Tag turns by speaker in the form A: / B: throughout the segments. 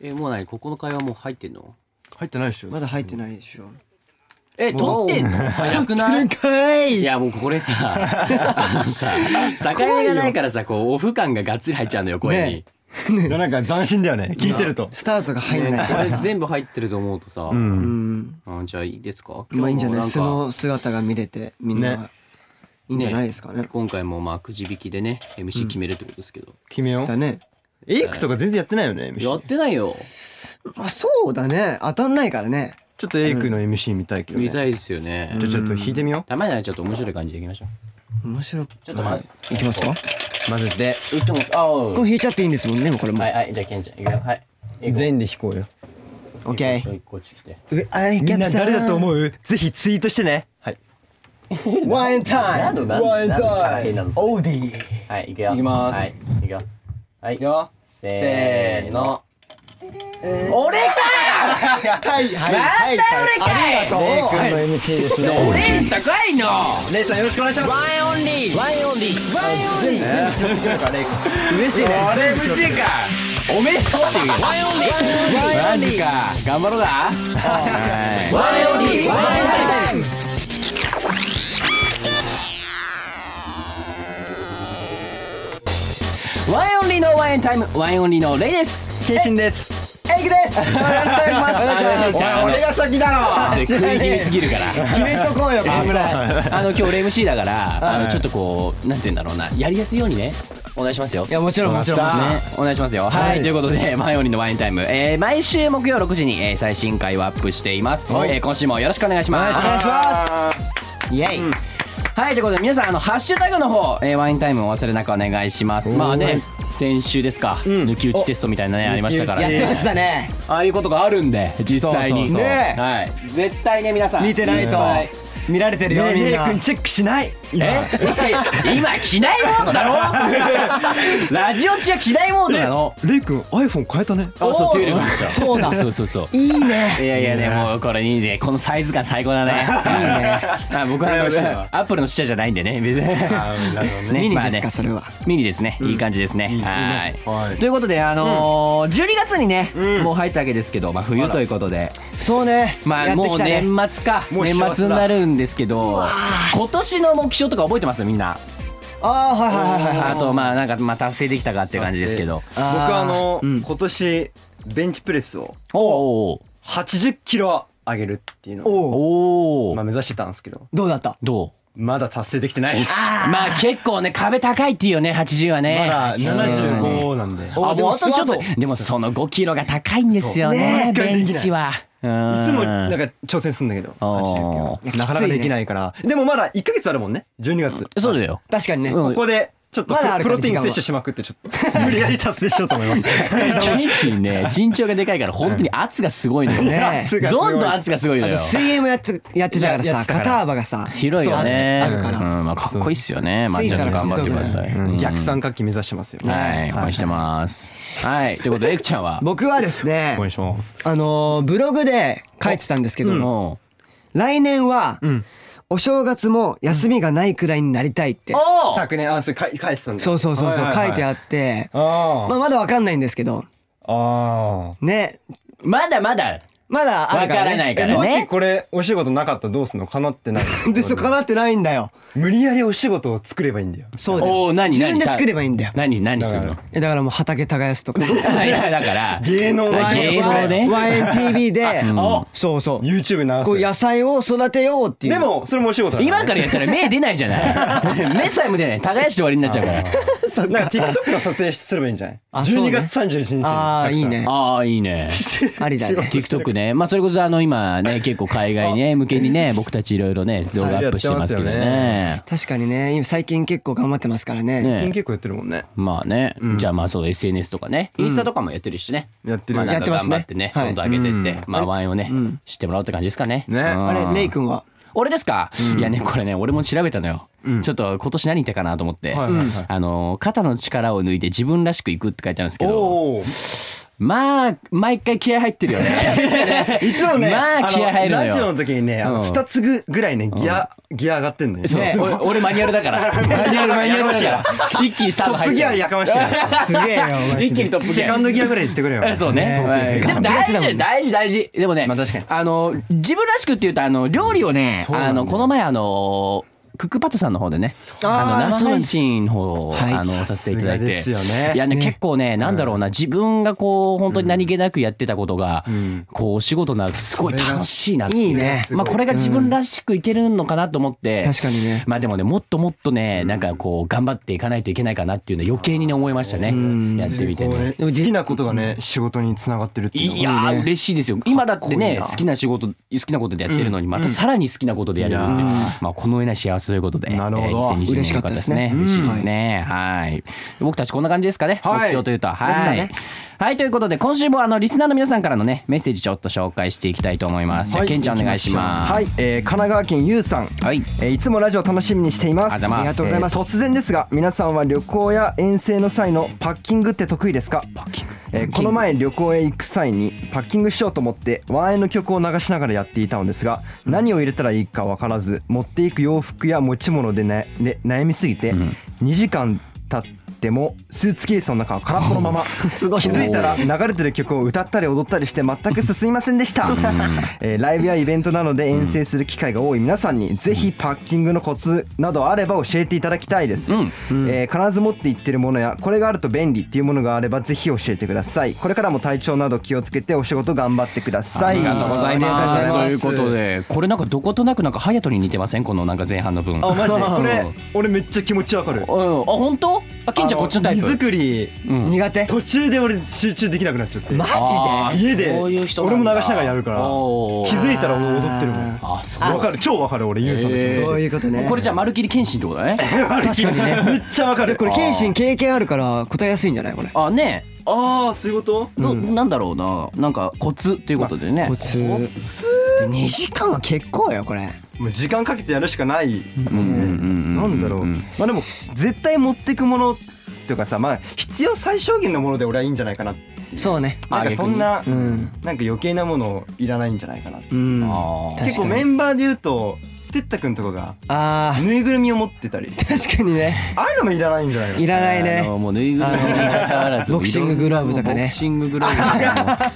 A: えもう何ここの会話もう入ってんの
B: 入ってないでしょ
C: まだ入ってないでしょ
A: え撮ってんの早くない
C: か
A: い
C: い
A: やもうこれさあのさ境目がないからさこうオフ感ががっつり入っちゃうのよ声に、
B: ねなんか斬新だよね聞いてると
C: スタートが入ん
A: ね
C: ない
A: これ全部入ってると思うとさ、
B: うん
C: うん
A: あじゃあいいですか
C: まあいいんじゃない
A: 今日
C: 素
A: もんか
C: の姿が見れてみんな
B: ね
C: がいいんじゃないですかね
A: 今回もまあくじ引きでね MC 決めるってことですけど、
B: 決めよう
C: だね
B: エイクとか全然やってないよね MC ち
A: や
B: ょ
A: ってないよ
C: まあそうだね当たんないからね
B: っとエイクの MC 見たいけどね
A: 見たいですよね、
B: じゃあちょっと弾いてみよ
A: たまにはちょっと面白い感じでいきましょう
C: 面白く
A: ちょっと待
C: いきますか
B: う混ぜて
A: いつもあおう
C: これ引いちゃっていいんですもんねもうこれも
A: はいはいじゃあケンちゃんいくよはい
B: 全員で弾こうよ
C: オッケー
A: ーこっち来て
C: うあい
B: みんな誰だと
C: う
B: 思うぜひツイートしてねはいワンタ
A: な
B: イ
A: ん
B: ム
A: だなんだ
B: ワン
A: なん
B: タ
A: だ
B: イ
A: な
B: ム
A: んだ
B: オーディ
A: はいいくよ
B: いきます
A: はいいくよはい
B: よ
A: せーの俺か
B: はいはいはい
A: なんだ
B: エイクの MC ですね
A: 俺かい俺高いの
B: レイさんよろしくお願いします
A: ワンオンリーワンオンリーワンオンリー
B: 嬉しいね
A: 俺無事かおめでとうって言うよワンオンリーマジか頑張ろうだワンオンリーワンオンリーワンオンリーのワンエンタイムワンオンリーのレイです
B: 謹慎です
C: エイクです
A: よろしくお願いします
B: 俺が先だ
A: 食い気味すぎるから
C: 決めとこうよ河村
A: あの今日俺 MC だからあのちょっとこうなんて言うんだろうなやりやすいようにねお願いしますよ
C: いやもちろんもちろん
B: わかった
A: ね、お願いしますよはい、ということで「マイオニのワインタイム」えー毎週木曜6時に、えー最新回をアップしています、えー今週もよろしくお願いします
C: お願いしますイエイ
A: はいということで皆さんあのハッシュタグの方、えーワインタイムをお忘れなくお願いしますまあ
B: は
A: ね
B: い
A: 先週ですか、抜き打ちテストみたいなねありましたから
C: や
B: 抜
C: っ
B: き打
C: て
A: ね
C: ましたね
A: ああいうことがあるんで実際に
C: そうそうそうねえ
A: はい、絶対ね皆さん
C: 見てないと
A: はい
C: 見られてるよ
B: ねえ
C: みん
B: レイ
C: な
B: 君チェックしない
A: え今 機内モードだ ろラジオ中は機内モードなの
B: レイ君 iPhone 変えたね
A: あそうテレビでしょ
C: そうだ
A: そうそうそう
C: いいね
A: いやいやねもうこれいいねこのサイズ感最高だねいいねあ僕はアップルの視者じゃないんでね別にね
C: ミニ
A: まあ
C: です
A: ね
C: かそれは
A: ミニですね、いい感じですね。はい
B: はい
A: ということで、あのー12月にね、もう入ったわけですけど、まあ、冬ということで、
C: そうね
A: ま
C: や
A: あ、
C: って
A: も
C: き
A: う
C: たね
A: 年末か、
B: もう
A: 年
B: 幸せだ
A: 末になるんですけど、今年の目標とか覚えてますみんな。
C: ああはいはいはいはい
A: あと、まあ、なんか、まあ、達成できたかっていう感じですけど。
B: 僕あの今年ベンチプレスを
A: おー
B: 80キロ上げるっていうのを
C: おお
A: おお
B: まあ目指してたんですけど
C: どうだった
A: どう
B: まだ達成できてないです
A: まあ結構ね壁高いっていうよね80はね
B: まだ
A: 80はね
B: 75なんでいつも
A: あ
C: で
A: もう
C: も
A: あとちょっ
C: スワ
A: とでもその5キロが高いんですよね
B: そうもう一回できな
A: ベ
B: い
A: ンチはうん
B: なんか挑戦するんだけど
A: あ
B: 80キロなかなかできないからでもまだ1ヶ月あるもんね12月
A: そうだ よ
C: 確かにね
A: うん
B: ここでちょっと
C: まだある
B: プ
C: から
B: ロテイン
C: 時間は
B: 摂取しまくってちょっと無理やり達成しようと思います
A: ケンチね身長がでかいから本当に圧がすごいのよね
C: ね
B: 圧がす ご
A: ど
B: い
A: んどん圧がすごいの
C: あ
A: よ
C: と水泳もやってやってたから
B: やや
C: さ
B: ってたから
C: 肩幅がさ
A: 広いよね
C: そうあるあるから
A: うんまあかっこいいっすよねまあ
C: つい
A: ちょ
C: た
A: っ
C: ら
A: と頑張ってください
B: うん
A: うん
B: 逆三角形目指してますよ
A: はい応援してますはいということでエクちゃんは
C: 僕はですね
B: 応援します
C: あのーブログで書いてたんですけども
A: も
C: 来年は
B: ん
C: お正月も休みがないくらいになりたいって
A: うおー
B: 昨年あそれか返してたんだ
C: そうそうそうそう書いてあ
B: っ
C: って
B: あ
C: まあまだわかんないんですけど
B: あ
C: ね
A: まだまだ
C: まだあるから
A: わからないから
C: そ
A: ね
C: う
B: もしこれお仕事なかったらどうすんのかなってない
C: でそう叶ってないんだよ
B: 無理やりお仕事を作ればいいんだよ
C: そうだよ
A: おお何
C: 自分
A: 何
C: で作ればいいんだよ
A: 何何する
B: だ
A: の
B: か
C: えだからもう畑耕すと か
A: いやだから
B: 芸能
A: だから
B: 芸
A: 芸
B: 能
A: 能ね
C: YNTV で
B: あ
C: そうそう
B: YouTube 流す
C: こう野菜を育てようっていう
B: でもそれもお仕事だ
A: 今からやったら目出ないじゃない目さえも出ない耕して終わりになっちゃう から
B: らなんか TikTok の撮影すればいいんじゃない
C: あそ
B: 12
C: うね
B: 月31日に
C: ああい いね
A: ああいいね
C: ありだね
A: TikTok ねまあそれこそあの今ね結構海外ね向けにね僕たちいろいろね動画アップしてますけど
B: はいや
A: ね
C: 確かにね今最近結構頑張ってますからね
B: 最
A: ね
B: 近結構やってるもんね
A: まあねじゃあまあそう SNS とかねインスタとかもやってるしね
B: やってる
A: まあなんか
C: やってますね
A: 頑張ってね
C: はい
A: どんどん上げてってまあワインをね知ってもらおうって感じですかね
B: ね
A: うん
C: あれレイ君は
A: 俺ですか、いやねこれね俺も調べたのよ、ちょっと今年何言ったかなと思って、
B: はいはいはい
A: あのー肩の力を抜いて自分らしくいくって書いてあるんですけど
B: おお
A: まあ毎回気合入ってるよ ね
B: いつもね、
A: まあ
B: の
A: 気合入るのよ
B: ラジオの時にね、あの
A: うん
B: 二つぐぐらいね、ギア、ギア上がってんのよ。
A: ね俺俺マニュアルだから マニュアルマニュアルだから一気にサー
B: ト
A: ブ
B: ッ
A: 入
B: プ
A: って
B: ギア
A: る
B: やかましい な。
D: すげえよ、マ
A: 一
D: ジ
A: 気に
D: で。
A: トップギ
B: セカ
A: ア
B: ンドギアぐらい言ってくれよ。
A: えそうね。
D: ね
A: でも大
C: ガチガチ
A: 事
C: だもんね
A: 大事大事。でもね、
B: まあ確かに
A: あの自分らしくっていうとあの料理をね、
B: うなんだ
A: あのこの前あのクックパッドさんの方でね、あ
C: あー
A: の
C: そ
A: 生
C: うなん
A: 配
C: です
A: 信の方を
C: はい
A: あのさせていただいて、
B: さすがですよね
A: いやね
B: ね
A: 結構ねなんだろうな自分がこう本当に何気なくやってたことがこうお仕事になるとすごい楽しいなってう
C: いいね
A: まあこれが自分らしくいけるのかなと思って、
C: 確かにね
A: まあでもねもっともっとねなんかこう頑張っていかないといけないかなっていうのは余計にね思いましたね。やってみて
B: こう
A: ね。
B: ね好きなことがね、仕事につながってるっていうのが
A: いやー嬉しいですよ今だってね好きな仕事好きなことでやってるのにまたさらに好きなことでやれるんで、まあ、この上ない幸せということで、え
B: なるほど
A: ー、2020
C: 嬉
A: 年
C: し
A: 良
C: かっ
A: かったた
C: で
A: ですす
C: ね
A: ね嬉しいですねはい僕たちこんな感じですかね、
B: はい
A: 目標というとはい
C: ですかね
A: はいということで今週もあのリスナーの皆さんからのねメッセージちょっと紹介していきたいと思います、
B: はい
A: じゃあケンちゃんお願いします
B: はい、えー神奈川県ゆうさん。
A: はい
B: えーいつもラジオ楽しみにしています。
A: ありがとうございますあり
B: えー
A: がとうございます
B: 突然ですが、皆さんは旅行や遠征の際のパッキングって得意ですか？えーこの前旅行へ行く際にパッキングしようと思ってワンエンの曲を流しながらやっていたのですが、何を入れたらいいかわからず、持っていく洋服や持ち物でな、ね、悩みすぎて、2時間経ってもスーツケースの中は空っぽの まま気づいたら流れてる曲を歌ったり踊ったりして全く進みませんでした、 えーライブやイベントなどで遠征する機会が多い皆さんにぜひパッキングのコツなどあれば教えていただきたいです、えー必ず持って行ってるものやこれがあると便利っていうものがあればぜひ教えてくださいこれからも体調など気をつけてお仕事頑張ってくださ
A: あ
B: い
A: りがとうござい
B: あ
A: ま
B: り
A: す
B: が
A: と
B: とう
A: いうこと
B: ございます
A: でこれなんかどことなくなんかハヤトに似てませんこのなんか前半の分
B: あマジでこ
A: う
B: れ
A: ん
B: 俺めっちゃ気持ちわかる
A: うんあ本当あケンちゃんこっちのタイプ
B: あの荷造り
C: 苦手
B: 途中で俺集中できなくなっちゃって
C: マジ
A: あー
B: 家で
A: そういう人
B: 俺
A: なんだ
B: も流しながらやるから
A: おー
B: 気づいたら俺踊ってるもん
A: あそう
B: わかる超わかる俺ゆうさんの気持
A: え
B: ち
A: ー
C: そういうことね
A: これじゃあ丸切り謙信ってことだね
B: 確かにねめっちゃわかる
C: これ
B: あ
C: 謙信経験あるから答えやすいんじゃないこれ
A: あね
B: あーそういうこと
A: ど、なんだろうななんかコツっていうことでね
C: 2時間は結構よこれ
B: もう時間かけてやるしかないも
A: うんう
B: んね
A: んうん
B: なんだろうまあでも絶対持ってくものっていうかさまあ必要最小限のもので俺はいいんじゃないかな
C: そうね
A: あ
B: なんかそんな
C: う
B: なん
C: ん
B: か余計なものいらないんじゃないかな
C: うんあ
A: あー
C: 確
B: 結
C: か
B: 構
C: に
B: メンバーで言うとてったくんとかが
C: あー
B: ぬいぐるみを持ってたり
C: 確かにね
B: ああいうのもいらないんじゃないの
C: いらない
A: あ
C: ね
A: のもうぬいぐるみに関わらず
C: あのボクシンググローブとかね
A: ボクシンググローブとかも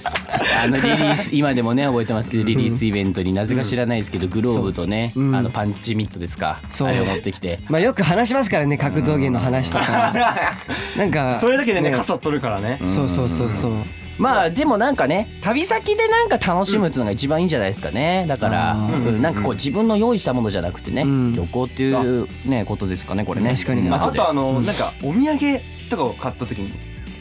A: あのリリース今でもね覚えてますけどリリースイベントになぜか知らないですけどグローブとね、あのパンチミットですか
C: そう
A: あれを持ってきて
C: まあよく話しますからね格闘技の話とかなんか
B: それだけでね傘取るからね
C: そうそうそうそう
A: まあでもなんかね旅先でなんか楽しむっていうのが一番いいんじゃないですかねだから、うんなんかこう自分の用意したものじゃなくてね、
C: ん
A: 旅行っていうねことですかねこれね
C: 確かにね
A: うん
B: あとあのなんかお土産とかを買った時に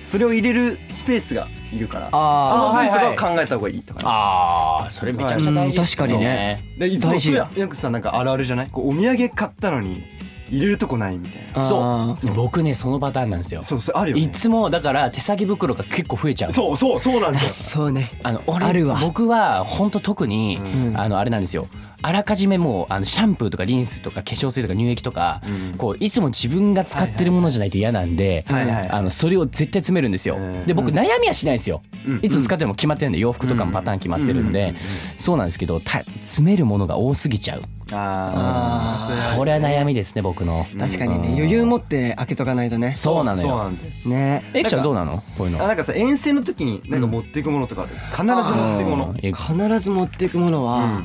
B: それを入れるスペースがいるからそ
C: あ
B: の分と
A: はい
B: か
A: は
B: を
A: い
B: 考えた方がいいとかね
A: あーそれめちゃくちゃ大事ですよ
C: うん確かにね
B: でいつもそ
C: 大事
B: れよくさなんかあるあるじゃないこうお土産買ったのに入れるとこないみたいな
A: そ
C: あ
A: う僕ねそのパターンなんですよ
B: そうそうあるよね
A: いつもだから手提げ袋が結構増えちゃう
B: そうそうそうなんだ よ
C: そうね
A: あの俺
C: あるわ
A: 僕は本当特に、
C: ん
A: あのあれなんですよあらかじめもうあのシャンプーとかリンスとか化粧水とか乳液とか、こういつも自分が使ってるものじゃないと嫌なんで、
B: はいはい
A: あのそれを絶対詰めるんですよ、
B: うん
A: で僕悩みはしないんですよ、
B: うん
A: いつも使ってるのも決まってるんで洋服とかもパターン決まってるんで、そうなんですけどた詰めるものが多すぎちゃう
B: あー
A: これは悩みですね僕の
C: 確かにね余裕持って開けとかないとね
A: そうなの
B: そうな
A: よ
B: んだよ
C: ね
A: えきちゃんどうなのこういうの
B: あなんかさ遠征の時になんか持っていくものとかある必ず持っていくもの
A: え
C: 必ず持っていくものは、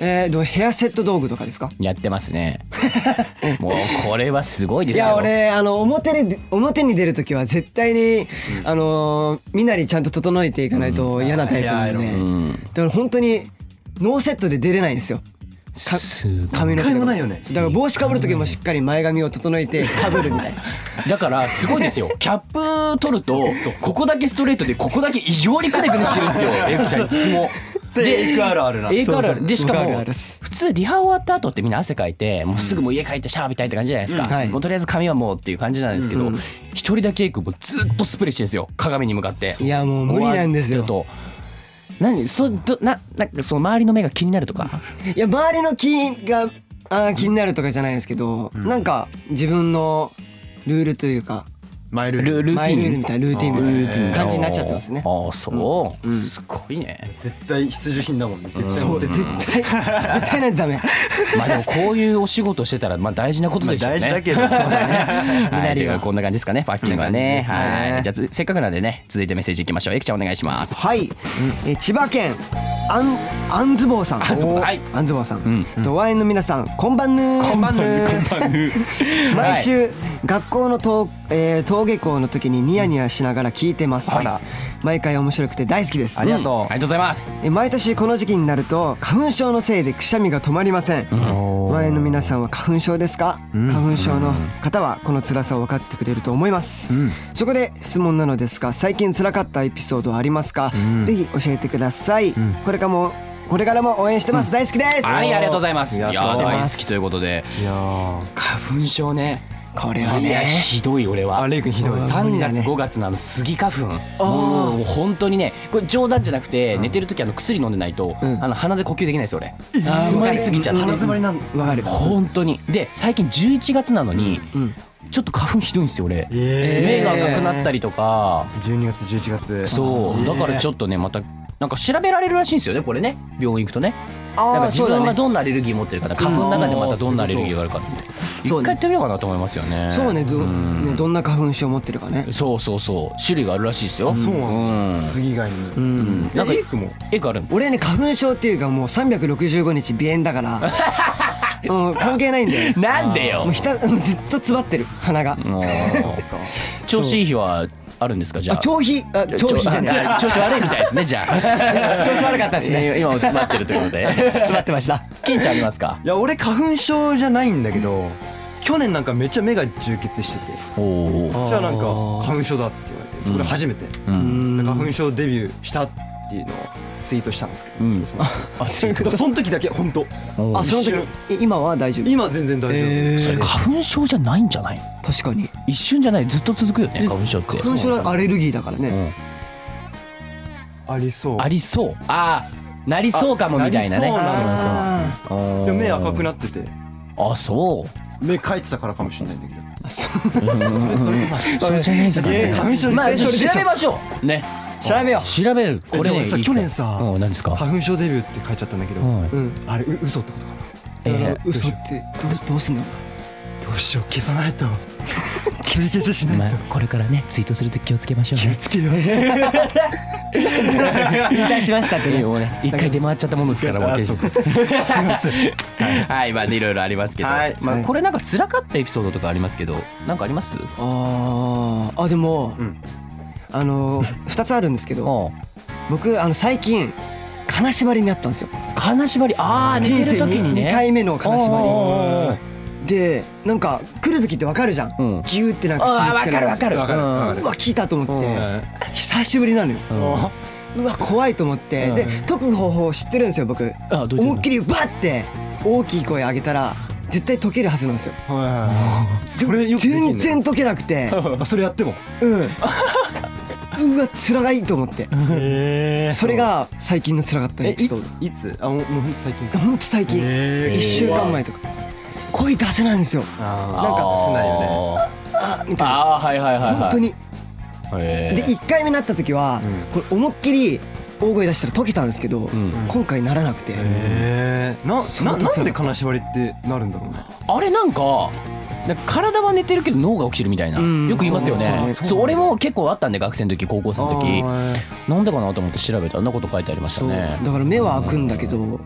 C: えー、どうヘアセット道具とかですか
A: やってますねもうこれはすごいで
C: い
A: すよ
C: や俺あの表に表に出る時は絶対に、あのーみんなにちゃんと整えていかないと嫌なタイプなんで、ね
A: うん
C: だから本当にノーセットで出れないんですよ
A: すごい
C: 髪の毛
B: 一回も
C: とか
B: ないよね
C: だから帽子かぶる時もしっかり前髪を整えてかぶるみたいな
A: だからすごいですよキャップ取るとここだけストレートでここだけ異常にくねくねしてるんですよエクちゃんいつも。
B: それエイクあるあるな
A: 映画あるある
C: そう
A: でしか
C: 僕ある
A: も
C: あるっす
A: 普通リハ終わった後ってみんな汗かいてもうすぐもう家帰ってシャワーみたいって感じじゃないですか、
C: うんはい
A: もうとりあえず髪はもうっていう感じなんですけど一人だけエイクもうずっとスプレーしてるんですよ鏡に向かって
C: いやもう無理なんですよ
A: 終わった後何そどななんかその周りの目が気になるとか
C: いや周りの気があー気になるとかじゃないですけど、なんか自分のルールというか
B: マイルール
A: ルルー
C: マ
A: テ
C: イ
A: ィ
C: ルール
A: ン
C: みたいなルーティンみたいな感じになっちゃってますね
A: ああそう、すごいね
B: 絶対必需品だもんね絶対
C: そう絶対絶対ないとダメ
A: まあでもこういうお仕事してたらまあ大事なことでしょうね、
B: まあ大事だけど そう
A: ね
C: みなりは
A: はい、ということでこんな感じですかねパッキングはね
C: こんな感じですね
A: はいじゃあつせっかくなんでね続いてメッセージいきましょうえきちゃんお願いし ます
C: はい、えー千葉県あんあんずぼうさんあ
A: んずぼうさんはい
C: あんずぼうさん、とワインの皆さんこんばんぬーこんばんぬ 毎週、学校の登,、えー登下校の時にニヤニヤしながら聞いてます、
B: はい
C: 毎回面白くて大好きです
B: ありがとう
A: ありがとうございます
C: えー毎年この時期になると花粉症のせいでくしゃみが止まりません、ワインの皆さんは花粉症ですか、花粉症の方はこの辛さを分かってくれると思います、そこで質問なのですが最近辛かったエピソードはありますか、ぜひ教えてください、これからもこれからも応援してます、大好きです
A: はいありがとうございますいや
B: ありがとうござい
A: 大
B: ま
A: 好
B: す
A: きということで
B: いやー
A: 花粉症ね
C: これはい
A: や
C: ね
A: ひどい俺は
B: あレイ君ひどい
A: 3月5月のあのスギ花粉もう本当にねこれ冗談じゃなくて寝てる時あの薬飲んでないと
C: ん
A: あの鼻で呼吸できないです俺詰まりすぎちゃって
B: 鼻詰まりなん
C: わかる
A: 本当にで最近11月なのにちょっと花粉ひどいんですよ俺目
B: え
A: が赤くなったりとか
B: ー12月11月
A: そうだからちょっとねまたなんか調べられるらしいんですよねこれね病院行くとねなんか自分がどんなアレルギー持ってるかとか花粉の中でまたどんなアレルギーがあるかって一
C: そう
A: 回
C: ね
A: やってみようかなと思いますよね
C: そうねど,、
A: ん
C: ねどんな花粉症持ってるかね
A: そうそうそう種類があるらしいですよ
B: そうな
A: うん
B: 次以外に
A: うんなんか
B: レイ君も
A: 絵があるの
C: 俺ね花粉症っていうかもう365日鼻炎だからもう関係ないんだよ
A: なんでよ
C: もうひたもうずっと詰まってる鼻が
A: もう調子いい日はあるんですかじゃ
C: あ
A: あ
C: 調皮あ調皮じゃね
A: あ調子悪いみたいですねじゃあ
C: え調子悪かったですね
A: えー今も詰まってるということで
C: 詰まってました
A: ケンちゃんありますか
B: いや俺花粉症じゃないんだけど去年なんかめっちゃ目が充血してて
A: おお
B: じゃあなんか花粉症だって言われてそれ初めて、で花粉症デビューしたっていうのをツイートしたんですけ ど、
A: うん
B: そのだからその時だけ本当
A: お
C: あその時い今は大丈夫
B: 今は全然大丈夫、
A: それ花粉症じゃないんじゃない
C: 確かに
A: 一瞬じゃないずっと続くよね花粉症って
C: 花粉症はアレルギーだからね
B: ありそう
A: ありそうあーなりそうかもみたいなね
B: あなり
A: お
B: そう
C: あ
A: ー
B: でも目赤くなってて
A: あそう
B: 目かいてたからかもしれないんだけど
A: それじゃないですかね
B: いや花粉症に
A: まあ
B: 一
A: 調
B: 緒でしょ
A: べましょうね
C: 調べよ
A: 調べるこ
B: え
A: れ
B: で
A: ね
B: もさ
A: いい
B: 去年さ
A: うん何ですか
B: 花粉症デビューって書いちゃったんだけど、
A: はい
C: うん
B: あれう嘘ってことかな
A: え
C: だから
A: ー
C: 嘘ってどうどうすんの
B: どうしよう消さないと消し消しし
A: ま
B: ない
A: あ
B: と
A: これからねツイートすると気をつけましょう
B: 気を
A: ね
B: つけよう
C: 引退しましたって
A: い
C: ね
A: やもうね 一回出回っちゃったものですからもう
B: あ
A: 決
B: そう
A: して
B: かすいません
A: はいまあねいろいろありますけど、
B: はい
A: ま
B: は
A: あ
B: い
A: これなんか辛かったエピソードとかありますけどなんかあります？
C: あーあでも、
B: ん
C: あの2つあるんですけ
A: う
C: ど
A: ん。
C: 僕あの最近金縛りにあったんですよ
A: 金縛りああ寝てる時にね。
C: 2回目の金
A: おーお
C: 縛
A: ーおー
C: りでなんか来る時ってわかるじゃん、
A: うん
C: ギューってなんか
A: ああ
C: 締め
A: わ
C: 付け
A: からる
C: れ
A: わかる。
B: わかる
A: うん
B: わか
C: うわ聞いたと思って、
A: うん
C: 久しぶりなのよ、
A: うん
C: うわ怖いと思って、で
B: うん
C: 解く方法知ってるんですよ僕
A: あどうやってやるの
C: 思いっきりバッて大きい声上げたら絶対解けるはずなんですよ
B: はいそれよくできんね
C: 全然解けなくて
B: あそれやっても
C: うんうわ辛がいいと思って
B: へ
C: それが最近の辛かった
B: え
C: エ
B: い
C: ピ
B: つ
C: ソード
B: いつあもうもうほんと最近か
C: ほんと最近
B: へー
C: 1週間前とか声出せないんですよ
B: あ
C: なんか
A: あー
B: ないよね
C: あみたいな
A: あーはいはいはいはい。
C: 本当に
A: へー。
C: で1回目なった時は、これ思いっきり大声出したら解けたんですけど、
A: ん
C: 今回ならなくて、
B: へえな
C: そう
B: ななんで金縛りってなるんだろうね
A: あれなんか。なんか体は寝てるけど脳が起きてるみたいな、
C: うん
A: よく言いますよね
C: そう
A: そう
C: そうそう
A: 俺も結構あったんで学生の時高校生の時
B: あ
A: なんでかなと思って調べたらあんなこと書いてありました
C: そう
A: ね
C: だから目は開くんだけど、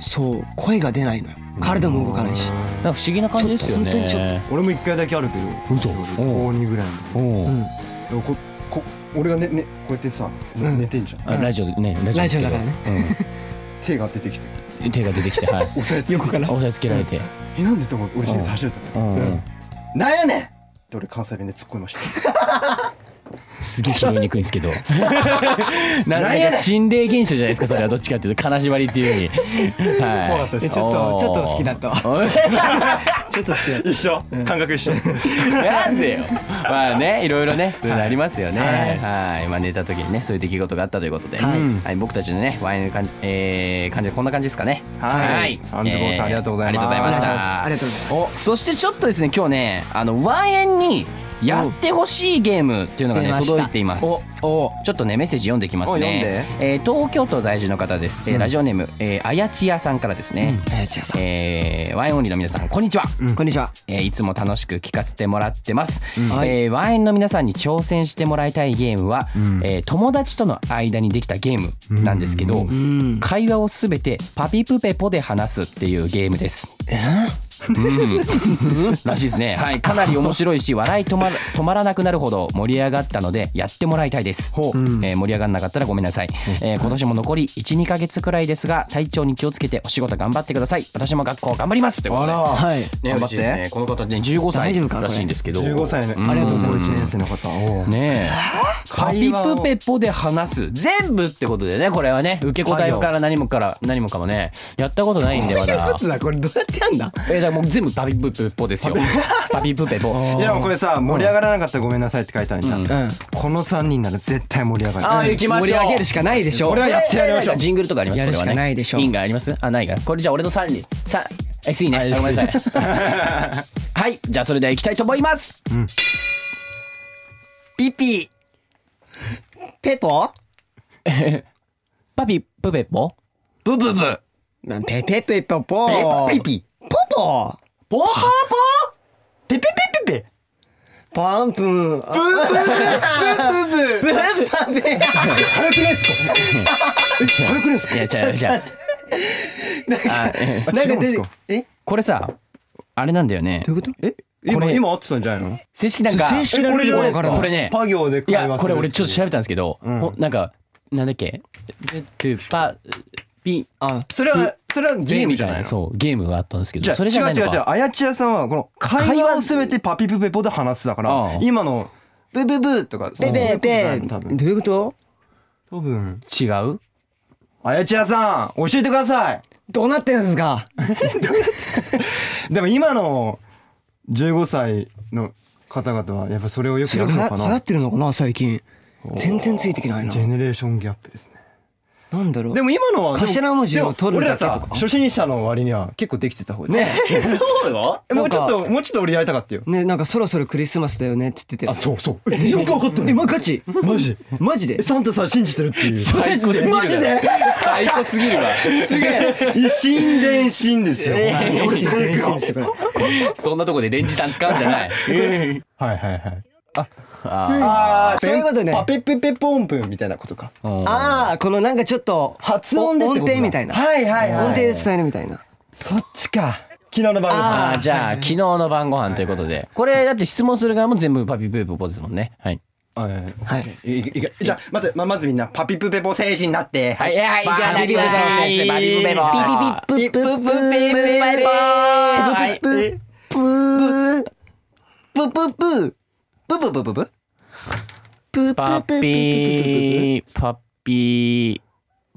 C: そう声が出ないのよ体も動かないし、
A: なんか不思議な感じですよね
C: ちょっと本当にちょ
B: 俺も一回だけあるけど
A: 嘘
B: 高2ぐらいの時
A: おう
B: でもここ俺がねねこうやってさ、ね
C: うん
B: 寝てんじゃん
A: あラジオでねラジオで
C: ラジ
A: す
C: オ
A: け
C: だ
A: ど
C: からね
B: 手が出てきて
A: うん手が出てきて はい
B: 押さえつけから
A: 押さえつけられて、
B: えなんでと思って俺人生初めてだった
A: うん
B: なんやねんって俺関西弁で突っ込みました
A: すげえ拾いにくいんですけ どななんか心霊現象じゃないですかそれはどっちかっていうと金縛りっていうよ り、はい、
B: 怖かったです
C: ちょっと
A: おー
C: ちょっと好きだったわちょっと好きだった
B: 一緒感覚一緒
A: なんでよまあねいろいろねそういうのありますよねはいまあ寝た時にねそういう出来事があったということで、
C: はい
A: はい、僕たちのねワインの感じ、えー、感じこんな感じですかね
B: はいアンズボーさんありがとうござ
A: あ
B: います
A: りがとうございまし
C: あ
A: た
C: りがとうございます
A: そしてちょっとですね今日ねあのワンエンにやってほしいゲームっていうのがね
C: 出ました
A: 届いています
C: おお
A: ちょっとねメッセージ読んできますね
B: お、
A: えー東京都在住の方です、えーラジオネーム、えーあやちやさんからですね、
C: あやちやさん
A: えーワインオンリーの皆さんこんにちは、
C: こんにちは
A: えーいつも楽しく聞かせてもらってます、
C: はい
A: えーワインの皆さんに挑戦してもらいたいゲームは、えー友達との間にできたゲームなんですけど、
C: ん
A: 会話をすべてパピプペポで話すっていうゲームです。うん、 らしいですね、はい、かなり面白いし笑い止まら止まらなくなるほど盛り上がったのでやってもらいたいです、えー盛り上がんなかったらごめんなさい、えー今年も残り12ヶ月くらいですが体調に気をつけてお仕事頑張ってください私も学校頑張りますということで
C: はい
A: ね、
B: 頑張
A: 嬉し
B: っ
A: ていですね。この方ね、15
C: 大丈夫か
A: 歳らしいんですけど。
B: 15歳の
A: ん
B: ありがとうございます1年生の方おう
A: ねえ。パピ
B: 会話を
A: プペポで話す全部ってことでねこれはね受け答えから何もから何もかもねやったことないんでまだ
C: これどうやってやんだ
A: えだからもう全部パピプペポ ですよパピプペポ
B: いやもうこれさ盛り上がらなかったらごめんなさいって書いてあるじゃ
A: うん
B: ん、
C: うん
B: この3人なら絶対盛り上がる
A: ああ行きましょう
C: 盛り上げるしかないでしょ
B: 俺はやってやりましょう
A: ジングルとかあります
C: やるしか
A: これはね
C: ないでしょう
A: インがありますあないかこれじゃあ俺の3人さ SE ねごめんなさい はいじゃあそれでは行きたいと思います
C: ピピペポ
A: パピプペポ
B: ブブブ
C: なペペペポポ
B: ピピ
C: ポポ
A: ポハ
B: ピピピピピ
C: パンプン
A: ポブーブー
B: 早くないっすかえちょ早くないっすか
A: いや違う 違うあえ
B: あ違うんすか
C: え
A: これさあれなんだよね
C: どういうことえ
A: こ
B: 今
A: れ
B: 今合ってたんじゃないの
A: 正式なんか
C: 正式な
A: えこれ
C: ルール
A: これ
C: ですか
A: これね
B: パ行で
A: い
B: 会話する
A: やこれ俺ちょっと調べたんですけど、
B: ん
A: ほなんかなんだっけでトゥパピン
C: あ
B: それはそれはゲームじ
A: みた
B: ゃないいの
A: そうゲームがあったんですけ
B: じ
A: ど
B: ゃあ
A: それじゃないの
B: 違う違う違う
A: か
B: あやちやさんはこの会話をすべてパピプペポで話すだから
A: ああ
B: 今のブブブとか
C: ペペペ
B: 多分
C: どういうこと
B: 多分
A: 違う
B: あやちやさん教えてください
C: どうなってんですか
B: でも今の15歳の方々はやっぱそれをよく
C: そ
B: や
C: れ
B: る
C: 流
B: の
C: 行
B: か
C: 流行
B: な
C: ってるのかな最近全然ついてきないな
B: ジェネレーションギャップですね
C: なんだろう
B: でも今のはでも
C: 頭文字を取るだけとか
B: でも俺らさ初心者の割には結構できてた方でね
A: そうよ
B: もうちょっともうちょっと俺やりたかったよ
C: ねなんかそろそろクリスマスだよねって言ってて
B: そうそうえよく分かった
C: え
B: ね
C: まガチ
B: マジ
C: マジで
B: えサンタさん信じてるっていう
A: 最高すぎる
C: マジで
A: 最高すぎるわ
C: すげえ
B: 神伝神ですよ。
A: そんなとこでレンジさん使うんじゃない
B: はいはいはい。
A: あ
B: ああ、
C: そういうことね
B: パペペペポンプンみたいなことか。
A: ーうん
C: ああこのなんかちょっと
B: 発音でってこ
C: 音
B: とだ
C: 程みたいな
B: はいはいはい
C: 音程で伝えるみたいな
B: そっちか。昨日の晩ご
A: あ
B: 飯
A: ーじゃあ昨日の晩ご飯ということでこれだって質問する側も全部パピプペポですもんねはい
B: はいはい
C: はい
B: いいいいじゃあ待ってままずみんなパピプペポ精神になって。
A: はいいやいいじゃあ
B: パピプペポ精神
A: パピプペポ
B: ピピピ
A: ピ
C: プップップッ
B: ピピピ
A: はい
C: プップー
B: プープープープープープープ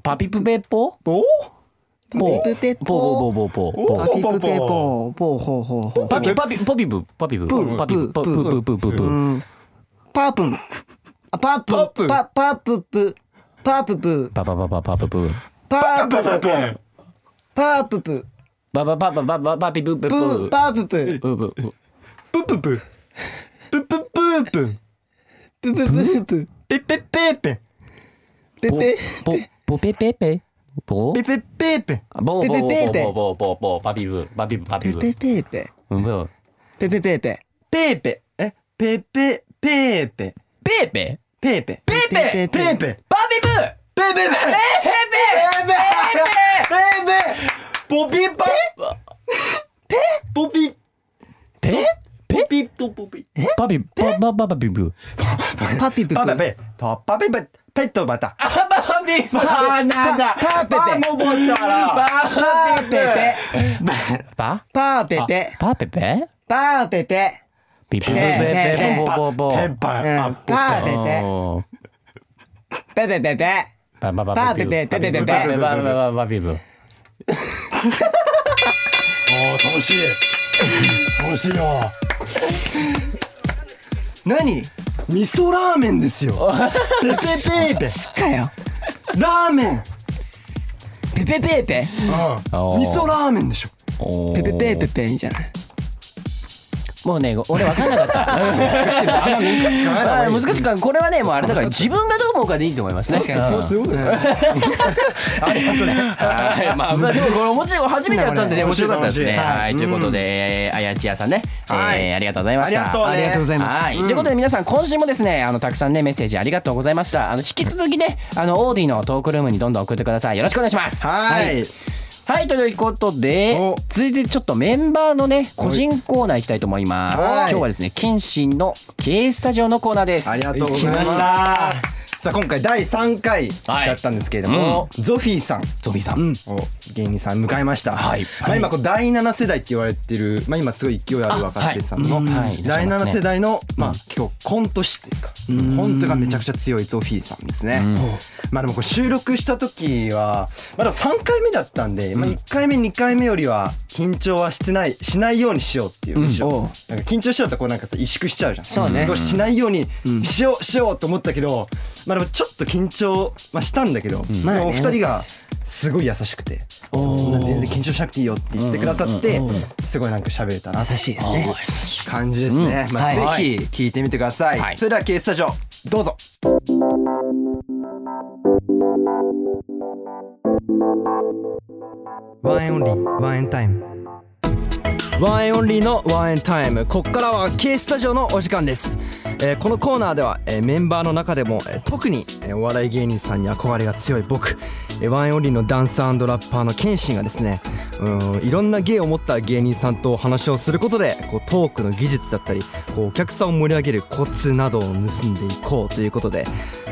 B: ー
C: プップ
A: パピーパピー
C: ップップップップップ
A: パピプペポ
B: お
A: ポ
C: ピプペ
A: ー
C: ポ
A: ポーポーポーポーポー
B: お
C: ピプペポポほほほ
A: パピパピパピブパピブ
C: プ
A: パピブパ
C: プ
A: ピブププププ
C: パープンあパープ
B: パープ
C: ンパパーププパーププ
A: パパパパパパプ
C: パー
B: パ
C: プ
B: パパ
C: パーププ
A: パパパパパパパピブペ
C: プ
A: ポ
C: ーパーププ
A: ブブブ
B: プープープープープープープーペペペペ
C: ププププペペ
A: ポポペペペポ
B: ペペペペ
A: ボボボボボボボパピブパピブパピ
C: ペ
A: ブ
C: ペペペ
A: うんブ
C: ペペペペ
B: ペーペえペペペーペ
A: ペペ
B: ペー
A: ペペ
B: ペペーペ
A: パピブ
B: ペーペーペーペーペーペーペーポピパペポピ
A: ペ
B: ポ
A: ペ
B: ピとポピ
A: パピパパパパピブ
C: パピプ
B: パ
C: プ
B: ペペパパペペペットバタ
A: パピブ
B: パナダパペペモボチャラ
C: パーペペ
A: パ
C: パーペペ
A: パペペ
C: パーペペ
A: ピピブペペボボボ
B: ペンパ
C: うん
B: ン
C: パーペペペペペペ
A: パパパ
C: パ
A: パ
C: ーペ
A: ピブ
C: ペペペペ
A: パ
C: ペ
A: パパパピブ
B: おー楽しい楽しいよ
C: 何
B: 味噌ラーメンですよペペペーペ
C: しかよ
B: ラーメン
C: ペペペペ
B: 味噌ラーメンでしょ
A: ペ
C: ペペペペペいいんじゃない
A: もうね俺分かんなかった
B: あんま難しく考えない
A: あ
B: 方がいい
A: ー難しくはこれはねもうあれだから自分がどう思うかでいいと思いますね
B: 確かにそうそういうことですよねありがとうね
A: はいまあまあでもこれ面白い初めてやったんでね面
B: 面白
A: 白
B: い
A: かったですね
B: 面白い
A: はいということでえーあやちやさんねえ
B: はい
A: ーありがとうございました
B: ありがとう
C: ありがとうございます
A: はい、ということで皆さん今週もですねあのたくさんねメッセージありがとうございましたあの引き続きねあのオーディのトークルームにどんどん送ってくださいよろしくお願いします
B: はい
A: はいということで
B: お
A: 続いてちょっとメンバーのね個人コーナーいきたいと思います
B: は
A: 今日
B: い
A: はですね謙信の K スタジオのコーナーです
B: ありがとうございま
C: 行
B: し
C: きました
B: さあ今回第3回
A: はい
B: だったんですけれども、ゾフィーさん
A: ゾビーさん、
B: を芸人さん迎えました、
A: はい
B: まあ、今こう第7世代って言われてる、まあ、今すごい勢いある若手さんの、
A: あはいうんはいいらっしゃ
B: 第
A: いますね
B: 7世代の、まあ、結構コント師というかコントがめちゃくちゃ強いゾフィーさんですね、まあでもこう収録した時は、まあ、でも3回目だったんで、まあ、1回目2回目よりは緊張はしてないしないようにしようっていう、むしろ
C: おう
B: なんか緊張しちゃうとこうなんかさ萎縮しちゃうじゃん
C: そうね
B: こしないようにしようしようと思ったけど、まあでもちょっと緊張、まあ、したんだけど、
C: まあね
B: お二人がすごい優しくてそうそんな全然緊張しなくていいよって言ってくださってすごいなんか喋れたな
C: 優しいですね
B: 感じですね、まあ
C: は
B: ぜひ聞いてみてください、
A: はい
B: それでは K スタジオどうぞワンエンオンリーワンエンタイムワンエンオンリーのワンエンタイムここからは K スタジオのお時間です、えーこのコーナーでは、えーメンバーの中でも、えー特に、えーお笑い芸人さんに憧れが強い僕、えーワンエンオンリーのダンサーラッパーのケンシンがですねうーんいろんな芸を持った芸人さんとお話をすることでこうトークの技術だったりこうお客さんを盛り上げるコツなどを盗んでいこうということで、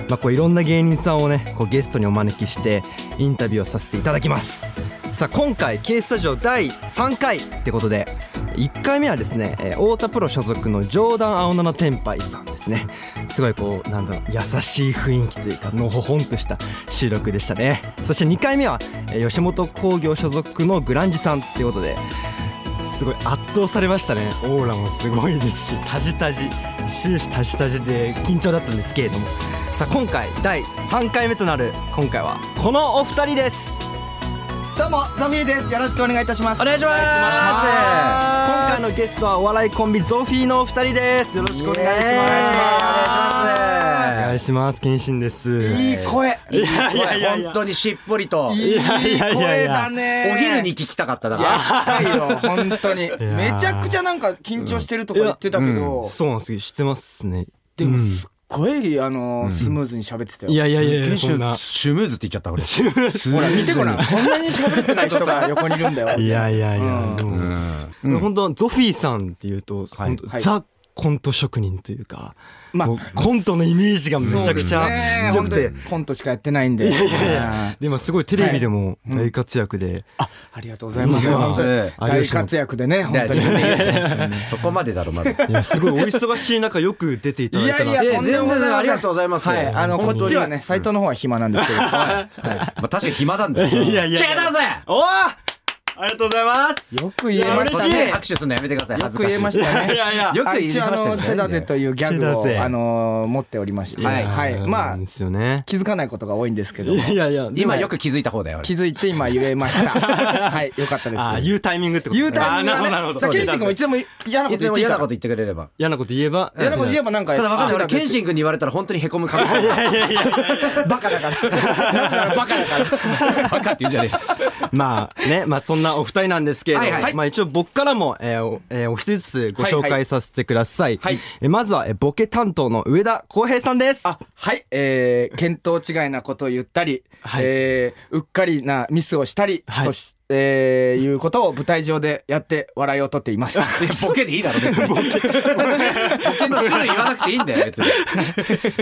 B: まあ、こういろんな芸人さんをねこうゲストにお招きしてインタビューをさせていただきますさあ今回 K スタジオ第3回ってことで1回目はですね、えー太田プロ所属のジョーダン青菜の天杯さんですねすごいこうなんだろう優しい雰囲気というかのほほんとした収録でしたねそして2回目は、えー吉本興業所属のグランジさんってことですごい圧倒されましたねオーラもすごいですしたじたじ終始たじたじで緊張だったんですけれどもさあ今回第3回目となる今回はこのお二人ですどうもザミーですよろしくお願いいたしますお願いします今回のゲストはお笑いコンビゾフィーのお二人ですよろしくお願いします
C: イエーイお
B: お願いします謙信ですいい
D: 声いや
B: いやいやいや
D: 本当にしっぽりと
B: いやいやいや
D: お昼に聞きたかっただから
E: やばいよ本当にめちゃくちゃなんか緊張してるとか言ってたけど、
B: そうなんですよ知ってますね
E: でもすっごいあのースムーズに喋ってたよ、
B: いやいやいやいや
D: 研
B: そんな
D: 修シュムーズって言っちゃった俺
E: ほら見てごらんこんなに喋ってない人が横にいるんだよ
B: いやいやいや、
E: うん
B: でも本当ゾフィーさんっていうと、本当
E: はい
B: ザコント職人というか、
E: まあ
B: もうコントのイメージ がめちゃくちゃ強
E: 本
B: く
E: 当
B: て、
E: にコントしかやってないんで
B: で今すごいテレビでも大活躍で、
E: ありがとうございます
B: や
E: 本当に
B: 有
E: 大
B: 吉の
E: 活躍でね本当に
D: そこまでだろまだ
B: いやすごいお忙しい中よく出ていただいたなって
E: いやいや
D: 全然ありがとうございます
E: はいあのこっちは
D: ね
E: ね斎藤の方は暇なんです けど
D: 確かに暇なんだよいやいや違うぜ
B: おーありがとうございます
E: よく言えましたね
D: 握手するのやめてください
E: よ
D: 恥ず
E: く
D: かし
E: 言えましたね
B: いや
D: よく
E: あ
D: 言えまし
E: 一応
D: た
E: あ
D: ね
E: のチェダゼというギャ
B: チェダ
E: グ
B: ゼ
E: をあのー持っておりまして
B: は
E: はいいはいま
B: な
E: あ
B: んですよね
E: 気づかないことが多いんですけど
B: いやいやいや
D: 今よく気づいた方だよ
E: 気づいて今言えましたはいよかったです
B: あー言うタイミングってこと
E: 言うタイミング
B: あーなるほどなる
E: が
B: ほ
E: ね
B: ど
E: さあ
B: そうで
E: ケン
B: す
E: シン君もいつでも嫌なこ
D: い
E: と
D: つ
E: 言っ
D: でも
E: ていい
D: 嫌
E: から
D: なこと言ってくれれば
B: 嫌なこと言えば
E: 嫌なこと言えばなんか
D: ただ分かんな
E: あ
D: い俺
E: って
D: 謙信君に言われたら本当にへこむ可能性があるバカだからバカだからバカって言うんじゃね
B: まあね、まあそんなお二人なんですけれども、
D: はいはい
B: まあ一応僕からも、えーおえーお一人ずつご紹
E: はいは
B: 介させてください。
E: はい
B: えーまずは、えーボケ担当の上田浩平さんです。
E: あはいえー見当違いなことを言ったり
B: はい
E: えーうっかりなミスをしたり
B: はい
E: としえーいうことを舞台上でやって笑いを取っています
D: えいやボケでいいだろ別にボケの種類言わなくていいんだよ別に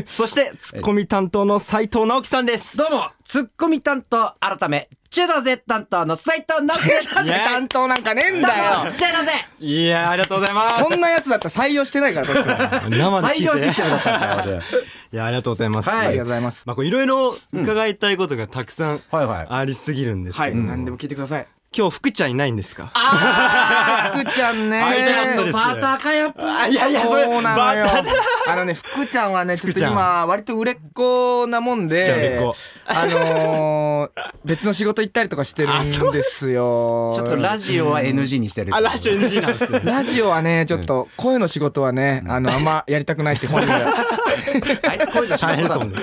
B: そして、ツッコミ担当の斉藤直樹さんです。
D: どうもツッコミ担当改めチェダゼ担当の斉藤直樹です
B: いや
E: 担当なんかねえんだよ
D: チェダゼ
B: いやー、ありがとうございます。
E: そんなやつだったら採用してないからこっちは
B: 生で聞
D: 採用シ
B: い
D: ス
B: て。
D: テムだったんだよ
B: いや、ありがとうございます。
D: はい
E: ありがとうございます
B: まあこういろいろ伺いたいことがたくさん
D: 俺はいはい
B: ありすぎるんです
E: は
B: け
E: い
B: ど、
E: 何でも聞いてください
B: 今日福ちゃんいないんですか
E: あー福ちゃんね
B: はいちょっとです
D: バーターかやっぱ
B: いやい
E: そうなのよ
B: バカ。
E: あのね、福ちゃんはね、ちょっ
B: 福
E: と
B: ちゃん
E: 今割と売れっ子なもん
B: じゃあ売れっ
E: で
B: 子、
E: あのの別の仕事行ったりとかしてるんですよ
D: ちょっとラジオは NG にしてる
B: あラジオ NG なんですね
E: ラジオはねちょっと声の仕事はねあのあんまやりたくないって本人が
D: あいつ声の仕
B: 大
D: 事
B: 変
D: だ
B: そう
D: もん
B: ね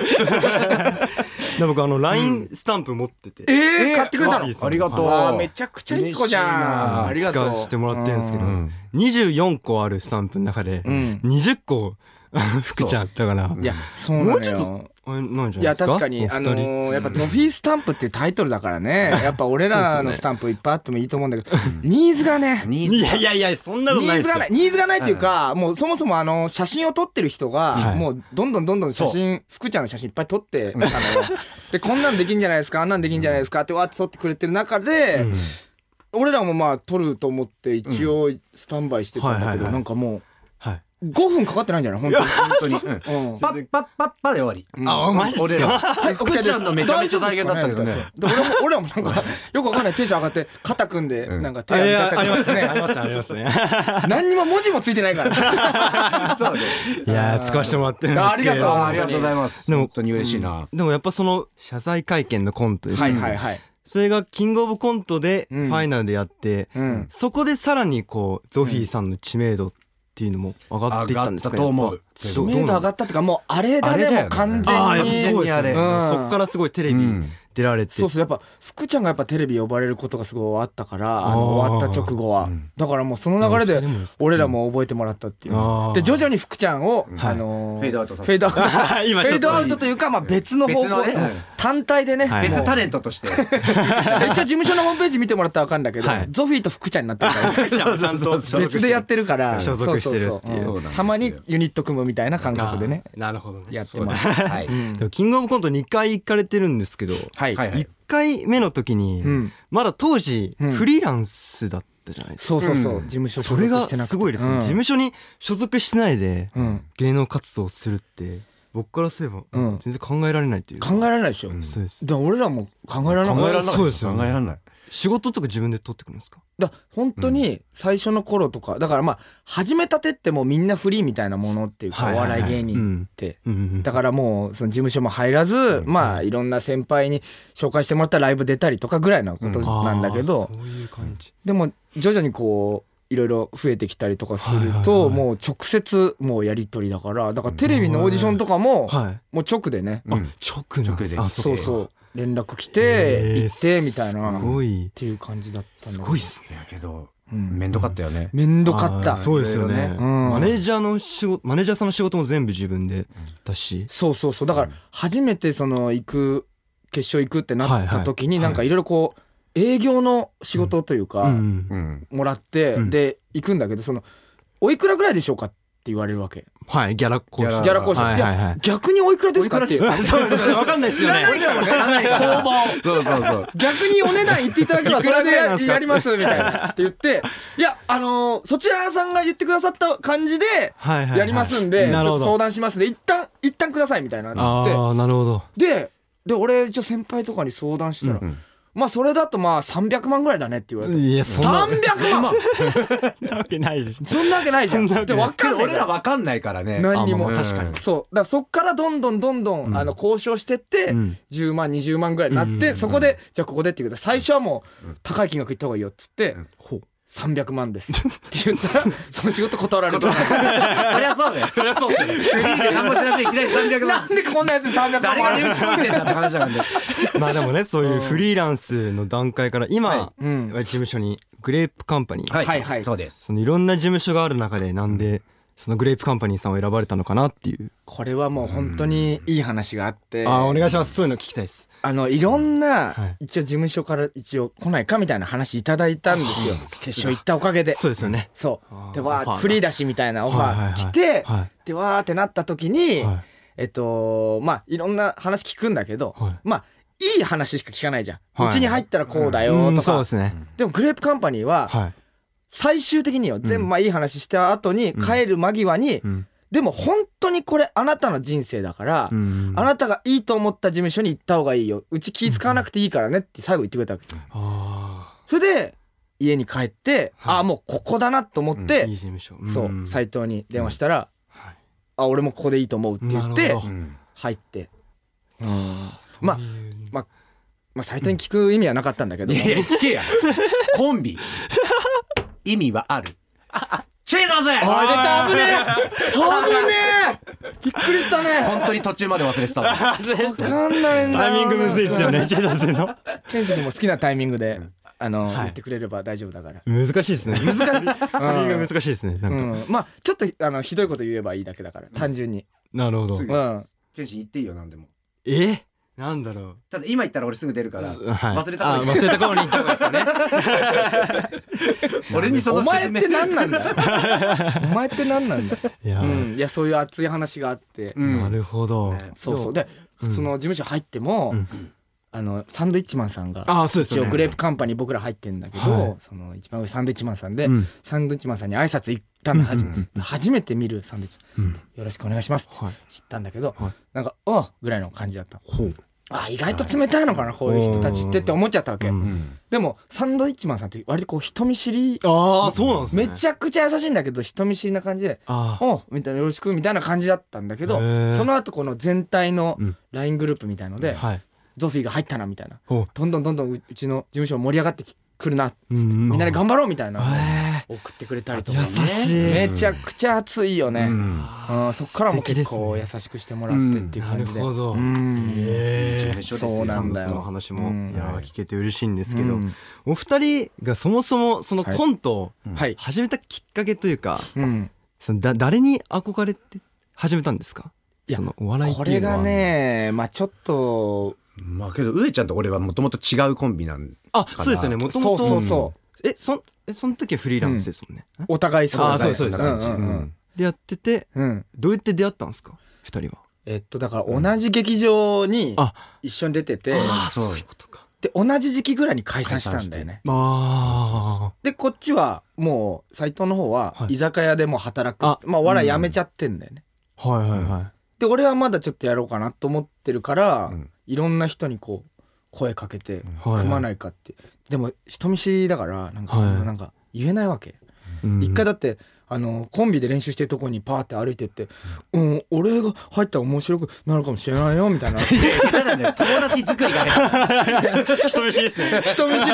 B: で僕あの LINE スタンプ持ってて、
E: えー買ってくれたの
D: ありがとう
E: あーめちゃくちゃいい子じ
D: 嬉しい
E: ゃ
D: なん
E: ありが
B: 使
E: と
B: わせて
E: う
B: もらってるんですけど、
D: ん
B: 24個あるスタンプの中で
E: ん
B: 20個 あの福ちゃんだから
E: いやそうなのよ
B: あれなんじゃな
E: い
B: い
E: や
B: ですか
E: 確かにあのーやっぱゾフィースタンプっていうタイトルだか らねやっぱ俺らのスタンプいっぱいあってもいいと思うんだけどニーズがね
D: ニーズ
B: いやいやいやそんなこと
E: ニ
B: ない
E: ー
B: で
E: ズ
B: すよ
E: がないニーズがないっていうか、もうそもそもあの写真を撮ってる人が、
B: はい
E: もうどんどんどんどん写真福ちゃんの写真いっぱい撮って あのでこんなんできんじゃないですかあんなんできんじゃないですかってわーって撮ってくれてる中で、俺らもまあ撮ると思って一応スタンバイしてたんだ
B: はいは
E: け
B: い
E: ど、
B: はい
E: なんかも
B: はい、
E: う5分かかってないんじゃない本当に。
D: 本当にうん
E: うん
D: パッパッパッパで終わり
B: あマジっすか
D: 俺ら福ちゃんのめちゃめちゃ大変だったけどね
E: で俺も俺らもなんかよくわかんないテンション上がって肩組んで
D: うん
E: なんか手
B: あ
E: 上
B: い
E: げちゃ
B: や
E: った
B: あ
E: り
B: り
E: と
B: ま
E: かし
B: す
E: て
B: ね
E: ね
B: ありますねありますね
E: 何にも文字もついてないから
D: そうね
B: いやー使わせてもらってるんですけれど
D: ありがとうございます
B: でも
D: 本当に嬉しいな
B: でもやっぱその謝罪会見のコントですね、
E: はいはいはい
B: それがキングオブコントでフ
E: うん
B: ァイナルでやって、
E: うん
B: そこでさらにこうゾフィーさんの知名度っていうのも上がっていったんですか、
D: 上がったと思う
B: やっぱ
D: けど
B: どう
E: 知名度上がったっていうかもうあれだ
D: あれだ
E: ね
D: よね
E: もう完
B: ああや
E: 全
B: っぱ
E: に
B: そうですよね、
E: うん
B: そっからすごいテレ
D: う
B: ビ
D: ん
B: 出られて、
E: そうそうやっぱ福ちゃんがやっぱテレビ呼ばれることがすごいあったからあ
B: あ
E: の
B: ー
E: 終わった直後はだからもうその流れで俺らも覚えてもらったっていう
B: あー
E: で徐々に福ちゃんを
B: はい
E: あの
D: フェードアウトさせ
E: フェードアウト
B: 今
E: フ
B: ちょ
E: ェー
B: っと
E: ドアウトというかまあ別の方向
D: 別のね
E: 単体でね
B: はい
E: もう
D: 別タレントとして
E: 一応事務所のホームページ見てもらったら分かるんだけど
B: はい
E: ゾフィーと福ちゃんになってるから
B: ちゃんと
E: 別でやってるから
B: 所属してるっていう
E: そ
D: そ
E: そそ
D: うなんですよ
E: たまにユニット組むみたいな感覚でね
B: あーなるほどね
E: やってますはい
B: でもキングオブコント2回行かれてるんですけど、
E: はい
D: はいはい
B: 1回目の時に、
E: うん
B: まだ当時
E: うん
B: フリーランスだったじゃないですか、
E: そうそうそう
D: うん
E: 事務所
B: そ
E: 所
B: れ
E: 属
B: が
E: してなくて
B: すごいですね、
E: うん
B: 事務所に所属してないで
E: うん
B: 芸能活動をするって僕からすれば
E: うん
B: 全然考えられないというか、
E: 考えられないでしょ
D: ん
B: そうです
E: だから俺らも考えられなか
B: 考
E: っ
B: えられ
E: た
B: なかったそうですよね
D: 考えられない
B: 仕事とか自分で取ってくるんですか
E: だから本当に最初の頃とかだからまあ始めたてってもうみんなフリーみたいなものっていうか
B: はい
E: お
B: はいはい
E: 笑い芸人って
B: うんうん
E: だからもうその事務所も入らずまあいろんな先輩に紹介してもらったライブ出たりとかぐらいのことなんだけ
B: あ
E: ど
B: ーそういう感じ
E: でも徐々にこういろいろ増えてきたりとかする
B: はいはいは
E: と
B: い
E: もう直接もうやり取りだからだからテレビのオーディションとかも
B: はい
E: もう直でね
B: あ
D: うん
B: 直なんです
D: 直で
B: あ
E: そうそう連絡来
B: へ
E: て
B: ー
E: 行ってみたいなっ
B: すごい
E: ていう感じだったん
B: す
E: だけど
B: ごいですね
D: いやけど
E: うん
D: 面倒かったよね
E: めんどかっ
B: あ
E: た
B: ーそうですよね
E: いろいろうん
B: マネージャーの仕事マネージャーさんの仕事も全部自分でだし
E: そうそうそうだから初めてその行く決勝行くってなった時に
B: はいは
E: ないんかいろいろこう営業の仕事という
B: うん
E: か
D: うん
E: もらって
B: うん
E: で行くんだけどそのおいくらぐらいでしょうかって言われるわけ
B: はいギャラ交渉
E: ギャラ交渉
B: はいはいはい
E: 逆においくらですかって
B: そうそうわかんないですよね
D: 知らないからそうそうそう
E: 逆にお値段言っていただけれ ば
B: い
E: そ
B: くら
E: れ
B: ぐらいなんす
E: で
B: か
E: やりますみたいなって言っていやあのーそちらさんが言ってくださった感じで
B: はいはいはい
E: やりますんでちょ
B: な
E: っ
B: るほど
E: と相談しますで一旦一旦くださいみたいなっつって
B: ああなるほど
E: でで俺一応先輩とかに相談したら、
D: ん
E: まあそれだとまあ300万ぐらいだねって言われて、
B: いやそんな
E: 300万
B: わけないでしょ
E: そんなわけないじゃんで分かんない
D: 俺らわかんないからね
E: 何に
B: あ
E: も
B: まあまあ確かに
E: そうだからそっからどんどんどんどん、あの交渉してって、
B: うん
E: 10万20万ぐらいになって、そこでじゃあここでって言うけど最初はもう高い金額いった方がいいよっつって、300万ですって言った らその仕事断られた
D: そりゃそうだ よそりゃそうだよフリーで何も知らずいきなり300
E: な
D: 万
E: んでこんなやつに300万
D: 誰が値打ち聞いてんだって話なんで
B: まあでもねそういうフリーランスの段階から今
E: いうん
B: 事務所にグレープカンパニー
D: はい
E: はいはい
D: そうです
B: そのいろんな事務所がある中でなんでそのグレープカンパニーさんを選ばれたのかなっていう
E: これはもう本当にいい話があって
B: あーお願いしますそういうの聞きたいです
E: あのいろん
B: は
E: ない一応事務所から一応来ないかみたいな話いただいたんですよ
B: はあさすが
E: 決勝行ったおかげで
B: そうですよね
E: そうで
B: あー
E: わ
B: オファー
E: ー
B: が
E: フリーだしみたいなオフ
B: はいはい
E: ァー
B: はい
E: 来て
B: は
E: でわーってなった時に
B: はい
E: えっとまあいろんな話聞くんだけど
B: はい
E: まあいい話しか聞かないじゃん
B: は
E: う
B: い
E: ちに入ったらこうだ
B: う
E: よ
B: ん
E: と
B: そう
E: か
B: ですね
E: でもグレープカンパニーは
B: はい
E: 最終的によ全部まあいい話した後に帰る間際に
B: うん
E: でも本当にこれあなたの人生だから
B: うん
E: あなたがいいと思った事務所に行った方がいいようち気使わなくていいからねって最後言ってくれたわけ
B: あ
E: それで家に帰って、
B: はい
E: ああもうここだなと思っ
B: ー
E: て
B: いい、事務所
E: そう
B: 最
E: 斎藤に電話したら、
B: はい
E: あ俺もここでいいと思うって言っ
B: な
E: て
B: るほど
D: ん
E: 入って
B: そう
E: まあ
B: そういう
E: まあまあ、サイトに聞く意味はなかったんだけど
D: い
E: も
D: やいや、聞けや。コンビ。意味はあ る。チェーだぜ
E: あ出た危ね
D: 本当に途中ま で忘れてたわ。
E: え分かんないんだ
B: タ
E: よ
B: イ
E: な
B: ミングむずいですよねジェダーズの
E: ケンシ君も好きなタイミングで、あの、言ってくれれば大丈夫だから。
B: 難しいですね難しいタイミング
E: うん
B: が難しいですねなんか
E: うん、まあちょっとあのひどいこと言えばいいだけだから単純に、
B: なるほど
D: すぐ
E: うん
D: ケンシン言っていいよ、なんでも。
B: えなんだろ
D: ただ今言ったら俺すぐ出るから、
B: うはい
D: 忘れた
B: あ
D: 方が
B: 忘
D: いい
B: れた頃に行 った方がいいですね
D: 俺にそ
E: お
D: の
E: 前
D: 説
E: っ
D: 明
E: て。何なんだよお前って何なんだよ、
B: いや
E: うん、いやそういう熱い話があって、
D: うん
B: なるほど
E: そうそうで、その事務所入っても、あのサンドイッチマンさんが
B: あそうです
E: 一
B: よ
E: 応
B: ね
E: グレープカンパニー僕ら入ってんだけど、
B: はい
E: その一番上サンドイッチマンさんで、
B: ん
E: サンドイッチマンさんに挨拶行ったんだ、初め初めて見るサンドイッチ、よろしくお願いしますって
B: はい
E: 知ったんだけど、
B: はい
E: なんか「おうぐらいの感じだったあ意外と冷たいのかなこういう人たちってって思っちゃったわけ、
D: うん
E: でもサンドイッチマンさんって割とこう人見知り
B: ああそうなんですね
E: めちゃくちゃ優しいんだけど人見知りな感じで
B: あー
E: おうみたいなよろしくみたいな感じだったんだけど
B: へー
E: その後この全体の
B: うん
E: LINE グループみたいので、
B: はい
E: ゾフィーが入ったなみたいな
B: お
E: どんどんどんどんうちの事務所盛り上がってくるな
B: みん
E: みんなで
B: 張
E: 頑張ろうみたいな
B: え
E: 送ってくれたりとか、ね、
B: 優しい
E: めちゃくちゃ熱いよね、
D: うん
E: うんそっからも結
B: 素
E: 構
B: 敵
E: 優
B: で
E: しくしてもらってっていう
B: な
E: 感
B: る
E: じで、
B: ほど
E: うん
B: ええ
D: 一緒ですよ
E: そうなんだよ
B: サンドさの話も、
E: うん
B: いやー聞けて嬉しいんです
E: う
B: けど、
E: ん
B: お二人がそもそもその
E: はい
B: コントを
E: はい、
B: 始めたきっかけというか、
E: うん、
B: そのだ誰に憧れて始めたんですか
E: いや
B: そのお笑いって
E: こ
B: い
E: れ
B: うのは
E: がねまあちょっと
D: まあけど上ちゃんと俺はもともと違うコンビなん
B: あそうですよねもと
E: そ
B: も
E: うそう
B: と
E: そう
B: えそんえその時はフリーランスですもんね、え
E: お互いそう
B: あーそうですそうです
E: んんうん
B: でやってて
E: うん
B: どうやって出会ったんですか二人は
E: えっとだから同じ劇場に
B: あ
E: 一緒に出てて
B: ああ
D: そう
B: そういうことか
E: で同じ時期ぐらいに解散したんだよね
B: あ
E: でこっちはもう斎藤の方は
B: はい
E: 居酒屋でもう働く
B: あ
E: まあお笑いやめちゃってんだよね
B: あはいはいは
E: で俺はまだちょっとやろうかなと思ってるから
D: うん
E: いろんな人にこう声かけて
B: い、はい、
E: 組まないかってでも人見知りだからなんかそんななんか言えないわけ
B: うん
E: 一回だってあのコンビで練習してるとこにパーって歩いてって「うん俺が入ったら面白くなるかもしれないよ」み たいな人
D: 友達作りがね
B: 人見知りですね
E: 見知り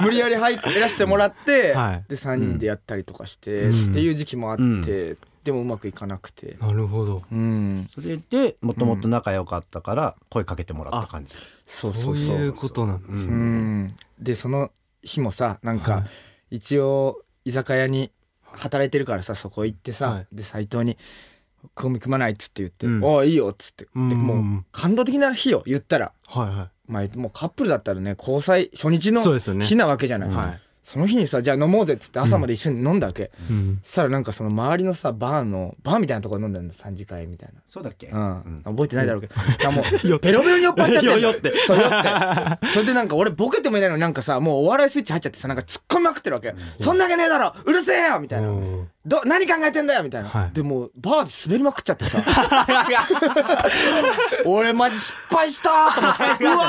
E: 無理やり入らしてもらって、
B: はい
E: で3人でやったりとかして、
B: うん
E: っていう時期もあって、
D: うん
E: でもうまくいかなくて。
B: なるほど
E: うん、
D: それでもともと仲良かったから声かけてもらった感じ
E: そう
B: そ
E: そううそう
B: いうことなんです
E: う
B: ね、
E: ん、でその日もさなん
B: は
E: か
B: い
E: 一応居酒屋に働いてるからさそこ行ってさ、
B: はい
E: で斎藤に「コンビ組まない」っつって言って「
B: うん
E: おおいいよ」っつって、
B: うん
E: でもう感動的な日よ言ったら、
B: はいは
E: まあ、もうカップルだったらね交際初日の
B: そうですよね
E: 日なわけじゃないそ,、
B: はい
E: の日にさじゃあ飲もうぜっつって朝まで一緒に飲んだわけ、
B: い、うん
E: そしたらなんかその周りのさバーのバーみたいなところ飲んだんだ3次会みたいな。
D: そうだっけ
E: うん、覚えてないだろうけど、いやもうペロペロに酔っ払っちゃってんの
B: 酔って
E: そう酔ってそれでなんか俺ボケてもいないのになんかさもうお笑いスイッチ入っちゃってさなんか突っ込みまくってるわけ、そんなわけねえだろうるせえよみたいな、
B: うん
E: ど何考えてんだよみたいな、
B: はい
E: でもうバーで滑りまくっちゃってさ俺マジ失敗したーと思ってうわ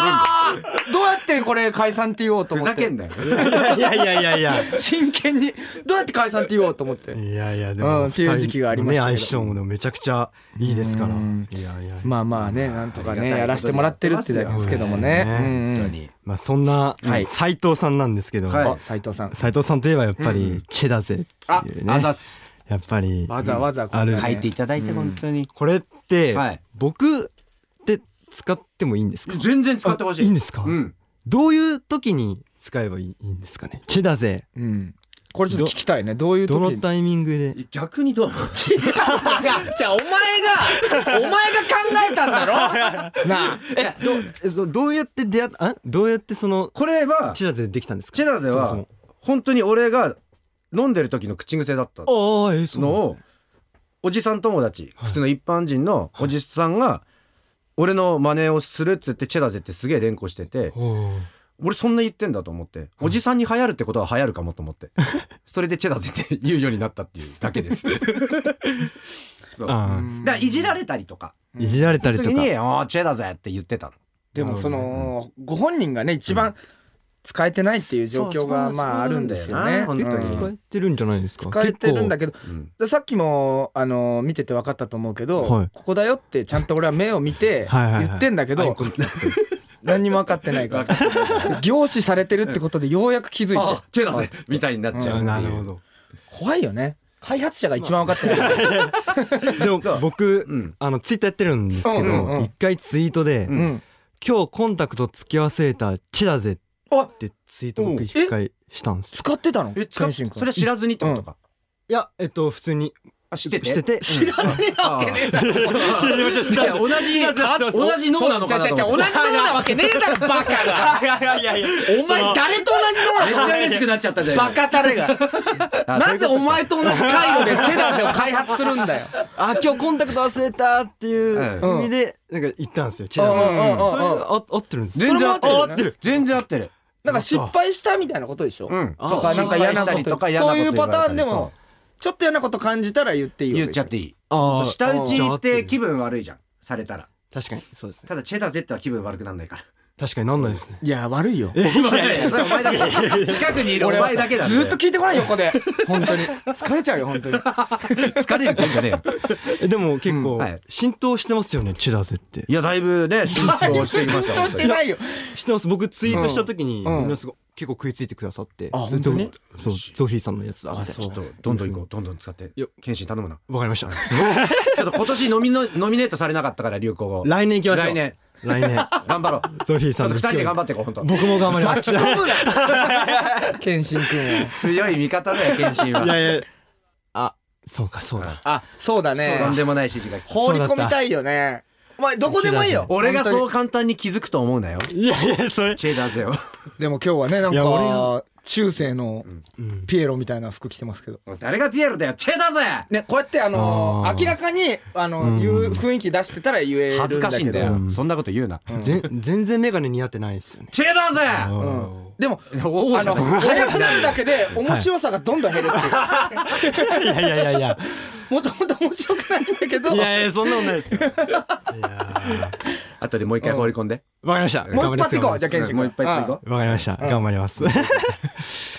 E: ーどうやってこれ解散って言おうと
D: ふ
E: 思っ
D: ざ
E: て
D: けんだよ
B: いやいやいやいや
E: 真剣にどうやって解散って言おうと思って
B: いやいやで
E: う
B: も
E: んっていう時期がありましたけど
B: ね相性もでもめちゃくちゃいいですから
E: うん
B: いやいや
E: まあまあねなんとか
D: ありがたいこと
E: ね
D: に
E: やらせてもらってるってだけですけどもね
B: そうですよね
E: うんうん
D: 本当に
B: まあそんな
E: はい
B: 斉藤さんなんですけど
E: あ斉藤さん
B: 斉藤さんといえばやっぱりチェだぜっていうね
D: ざっす
B: やっぱり
E: わざわざこ
B: あ
E: んな
B: る
E: ね
D: 書いていただいて本当に
B: これって
D: はい
B: 僕って使ってもいいんですか
D: 全然使ってほしい
B: いいんですか
D: うん
B: どういう時に使えばいいいいんですかねチェだぜ
E: うんこれちょっと聞きたいねどういう
B: ど
E: 時
B: の
E: に
B: タイミングで
D: 逆にどう思う
E: じゃあお前がお前が考えた んだろなあ
B: えそうどうやって出会っあどうやってその
D: これは
B: チェだぜできたんですか
D: チェダーゼ
B: そも
D: は
B: そも
D: 本当に俺が飲んでる時の口癖だった
B: ああえーそう
D: の
B: なんです
D: を
B: ね
D: おじさん友達普通の一般人のおじさんが俺の真似をするっつってチェダーゼってすげえ連呼してて
B: おー
D: 俺そんな言ってんだと思っておじさんに流行るってことは流行るかもと思って それでチェダーゼって言うようになったっていうだけですそうだか
B: あ
D: らいじられたりとか
B: あいじられたりと
D: 時
B: か
D: に「おーチェダーゼ」って言ってたの
E: でもそのご本人がね一番使えてないっていう状況が
D: そうそう
E: まああるんですよね
D: そうなんだよな本当に
E: う
B: 使
E: ん
B: えてるんじゃないですか
E: 使えてるんだ
B: け
E: けど
D: うん
E: でさっきもあの見てて分かったと思うけど
B: はい
E: ここだよってちゃんと俺は目を見て
B: はいはいはい
E: 言ってんだけ
D: アイ
E: ど
D: コンタク
E: 何にも分かってないか
D: 分
E: ら凝視されてるってことでようやく気づいて
D: あチェダーぜみたいになっちゃう、
B: なるほど
E: 怖いよね開発者が一番分かってない
B: でも僕、
D: うん
B: あのツイッターやってるんですけど、
E: うんうんうん
B: 一回ツイートで、
D: う
E: うん
B: 今日コンタクトつき忘れたチェだぜ」ってツイート僕一回したんですよ
E: 使ってたの
D: え使っ
E: 健
D: そ
E: 信君
D: れは知らずにってことか、
B: いやえっと普通に
D: あ知ってて
B: してて
D: 知らねえわけねえだろいや同じか同じ脳なのかなと思って
E: じ脳なわけねえだろバカが
B: いやいやいやいや
E: お前誰と同
D: めっちゃ嬉しくなっちゃったじゃん今
E: バカタレが
D: あそう
E: ない
D: うん
E: で
D: こと
E: お前と同じ回路でチェダーゼを開発するんだよ
B: あ今日コンタクト忘れたっていう意味で、なんか言ったんですよチェだぜ
E: うんうんうんうん
B: それあ合ってるんです
D: 全然合って
E: それ
D: る
E: も合ってるよ
D: 合
E: ね
D: ってる全然合ってる
E: なんか失敗したみたいなことでしょ
D: うん
E: とかなんか嫌な
D: 失敗した
E: こ
D: り
E: と
D: とか嫌なこ
E: そう
D: と
E: い
D: 言わ
E: う
D: れ
E: パ
D: たり
E: ターンでもちょっと嫌なこと感じたら言っていいよ
D: 言っちゃっていい
B: あー
D: 舌打ちって気分悪いじゃんされたら
B: 確かにそうですね
D: ただチェダーゼっては気分悪くなんないから
B: 確かになんないですね
E: いや悪いよ
D: いやいやそれお前だけ近くにいるお前だけだ
E: ずっと聞いてこない横で本当に疲れちゃうよ本当に
D: 疲れるってんじゃねえよ
B: えでも結
D: うん
B: 構
D: はい
B: 浸透してますよねチェだぜって
D: いやだいぶね浸透してきました
E: 浸透してないよ
B: してます僕ツイートした時に
E: うんうん
B: みんなすごい結構食いついてくださって
E: あ本当に
B: そうゾフィーさんのやつだって
D: ちょっとどんどん行こうどんどん使って
B: いや
D: 謙信頼むな
B: わかりました
D: ちょっと今年ノミのノミネートされなかったから流行語
B: 来年行きましょう
D: 来年
B: 来年
D: 頑張ろう
B: ゾ フィー
D: ち
B: さ
D: ょ
B: ん
D: っと
B: の
D: 二人で頑張
B: っ
D: っていこう本当
B: 僕も頑張りますい
E: 健信君を
D: 強い味方だよ 謙信は
B: やいやあそうかそう だ
E: あそうだ
D: とん
E: ね
D: でもない指示が来た
E: 放り込みたいよねまあどこでもいいよ
D: 俺がそう
E: 本
D: 簡単に気づくと思うなよ
B: いやいやそれ
D: チェダーゼを
E: 当にでも今日はねなん
B: いや俺
E: か中世の
B: うん
E: ピエロみたいな服着てますけど
D: 誰がピエロだよチェダーゼ
E: ねこうやってあの
B: あー
E: 明らかにあの言う雰囲気出してたら言えるんだけど
D: 恥ずかしいんだよ
B: うん
D: そんなこと言うな
B: ぜ全然メガネ似合ってないですよね
D: チェダ
B: あ
D: ー
B: ー
E: でも
D: ゼお
E: あの早くなるだけで面白さがどんどん減るってい う
B: いやいやいやいや
E: もともと面白くないんだけど
B: いやいやそんなことないですよいや
D: あとでもう一回放り込んで
B: ーわかりました
E: もう一発いこうじゃあ
B: 頑張ります
E: 健信
D: もう一杯ついこう
B: わかりました頑張ります
E: 好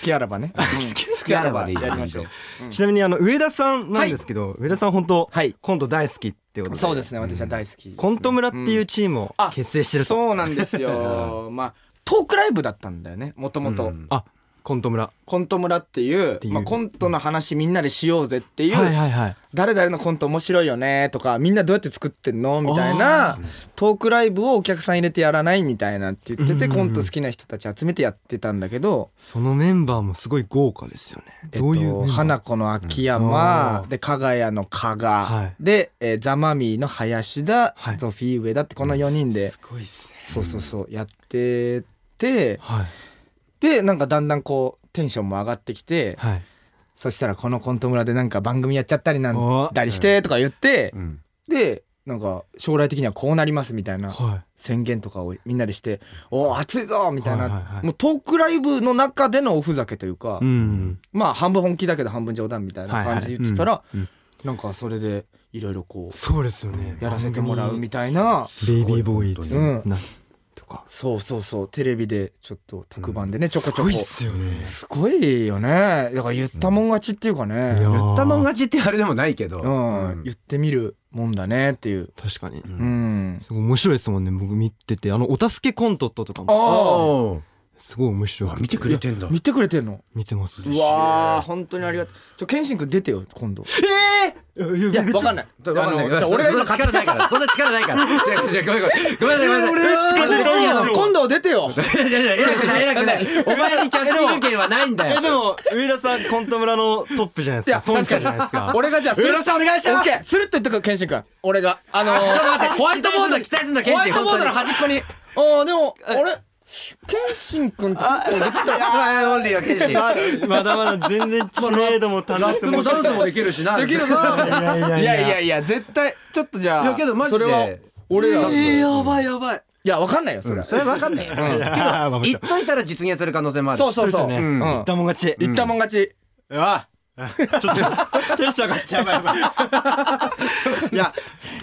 E: きあらばね好き
D: 好きあらばでいいじゃん
E: やりましょう
B: ちなみにあの上田さんなんですけど、上田さん本当、
E: はい
B: コント大好きってことで
E: そうですね私は大好きですね
B: コント村っていうチームを
E: あ
B: 結成してると、
E: そうなんですよまあトークライブだったんだよねもとも
D: う
E: と
D: ん
B: あコント村
E: コント村っていう
B: ていう
E: まあ、コントの話みんなでしようぜっていう、
B: はいはいはい
E: 誰々のコント面白いよねとかみんなどうやって作ってんのみたいなトークライブをお客さん入れてやらないみたいなって言ってて、
B: うんうん
E: コント好きな人たち集めてやってたんだけど、
B: そのメンバーもすごい豪華ですよね、
E: えっ
B: どういうメン
E: と、
B: バー
E: 花子の秋
B: うんあ
E: 山
B: ー
E: で加賀谷の加賀、
B: はい
E: で、えーザマミーの林田、
B: はい
E: ゾフィー上田ってこの4人で、
B: すごいですね
E: そうそうそうやってて
B: はい
E: でなんかだんだんこうテンションも上がってきて
B: はい
E: そしたらこのコント村でなんか番組やっちゃったりなんだりしてとか言って、
D: うん
E: でなんか将来的にはこうなりますみたいな
B: は
E: 宣言とかをみんなでして「おお熱いぞ!」みたいな、
B: はいはいはい
E: もうトークライブの中でのおふざけというか、
B: いうん
E: まあ半分本気だけど半分冗談みたいな感じで言ってたら、
B: うんうん
E: なんかそれでいろいろこう
B: そうですよね
E: やらせてもらうみたいな。
B: ベイビーボーイズ
E: うん
B: なとか
E: そうそうそうテレビでちょっと特番でね、ちょこ
B: す
E: ちょ
B: ご
E: こ
B: いっすよね
E: すごいよねだから言ったもん勝ちっていうかね、
B: いや
D: 言ったもん勝ちってあれでもないけど
E: うん
D: うん
E: 言ってみるもんだねっていう、
B: 確かに、
D: ん
E: うん、
B: すごい面白いですもんね僕見ててあのお助けコントとかも
E: あ
D: おー
B: すごい面白
D: あ
B: い
D: 見てくれてんだ
E: 見てくれてんの
B: 見てます
E: うわー本当にありがとうちょ健信君出てよ今度
B: い
E: いやわかんない
D: わかんない
E: あのじゃあ
D: 俺
E: 俺が
D: が今
E: 今
D: 力ないからそんな力ないからじゃあじゃあごめんごめんごめんなさいごめんなさ
E: 今
D: い
E: 度今度出てよ
D: いやいやいや偉くない偉くないお前にキャスティング権はないんだ
B: え
D: よ
B: でも上田さんコント村のトップじゃないですか
E: いや
B: 孫ちゃんじゃないですか
E: 俺がじゃあ
D: 浦田さんお願いします
E: オッケーするっと言っとく健信君俺があのー、
D: ホワイトボード期待すんだ
E: ホ
D: ケン
E: ワ
D: シ
E: イ
D: ン
E: トボードの
D: 本
E: 端っこにああでもあれ健信君って結構できたよ
D: 当にオンリーよケンシンラ
B: まだまだ全然知名度も高
D: ッ
B: く
D: プもダンスもできるしなできるない
B: やいや
E: いやいやいや絶対ちょっとじゃあ
D: いやけどマジ
E: そ
D: で
E: れは俺ら、い
B: えーやばいやばい
E: やわかんないよそれは、
D: それは分かんないよけ
B: や
D: ど言っといたら実現する可能性もあるし
E: そうそうそう
B: そうですよね
E: ん
B: 言ったもん勝ち
E: 言ったもん勝ち、
B: うわちょっとテンション上がってやばいやばいいや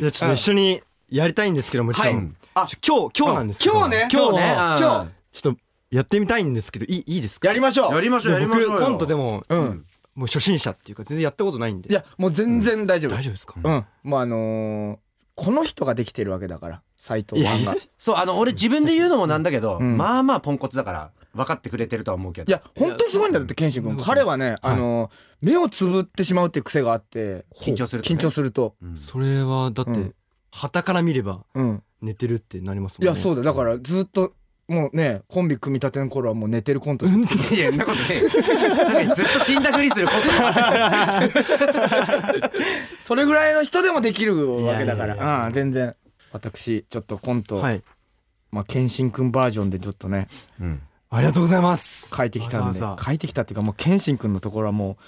B: いやちょっと一緒にやりたいんですけどもちろ
E: は
B: んあ今日今日なんですけど
E: 今日ね
B: 今日
D: ね
B: ね
D: うん
E: 今日
B: ちょっとやってみたいんですけどいいいいですか
E: やりましょう
D: やりましょうやりまし
B: 僕
D: ょうよ
B: コントでも
E: うん
B: もう初心者っていうか全然やったことないんで
E: いやもう全然大丈夫、
B: 大丈夫ですか
E: うんもうあのーこの人ができてるわけだから斎藤さんがい
D: そうあの俺自分で言うのもなんだけど、
E: うん
D: まあまあポンコツだから分かってくれてるとは思うけど
E: や本当にすごいんだよだって健信君彼はねあの目をつぶってしまうっていう癖があって
D: 緊張するとね
E: 緊張すると
D: うん
B: それはだっ
E: うん
B: て旗から見れば
E: うん
B: 寝てるってなりますも
E: い
B: んね
E: やそうだよだからずっともうねコンビ組み立ての頃はもう寝てるコントして
D: いやいやそんなことねえ確かにずっと死んだふりすることもある
E: それぐらいの人でもできるわけだから
B: いやいやいや
E: うん全然私ちょっとコント、
B: はい
E: まあ健信君バージョンでちょっとね
D: うん
B: ありがとうございます
E: 書いてきたんで
B: わざわざ
E: 書いてきたっていうかもう健信君のところはも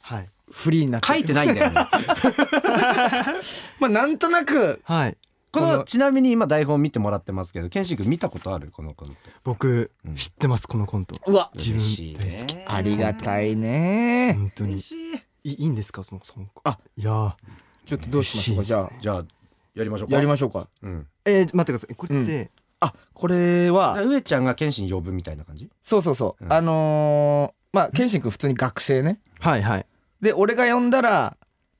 B: はい、
E: うフリーになって
D: 書いてないんだよね
E: まあなんとなく
B: はい、
D: このちなみに今台本見てもらってますけど健信君見たことあるこのコント
B: 僕
D: うん
B: 知ってますこのコント
E: うわ
B: 自分
D: 嬉しい
B: 大好
D: ね
E: ありがたいね
B: 本当にい
D: しい
B: いいんですかそのその
E: あ
B: いやー
E: ちょっとどうしましょうかじゃあ
D: じゃあやりましょうか
E: やりましょうか
D: うん
B: えー、待ってくださいこれって、
E: あこれ
D: だから
E: は
D: 上ちゃんが健信呼ぶみたいな感じ
E: そうそうそう、
D: うん
E: あのー、まあ健信君普通に学生ね
B: はいはい
E: で俺が呼んだら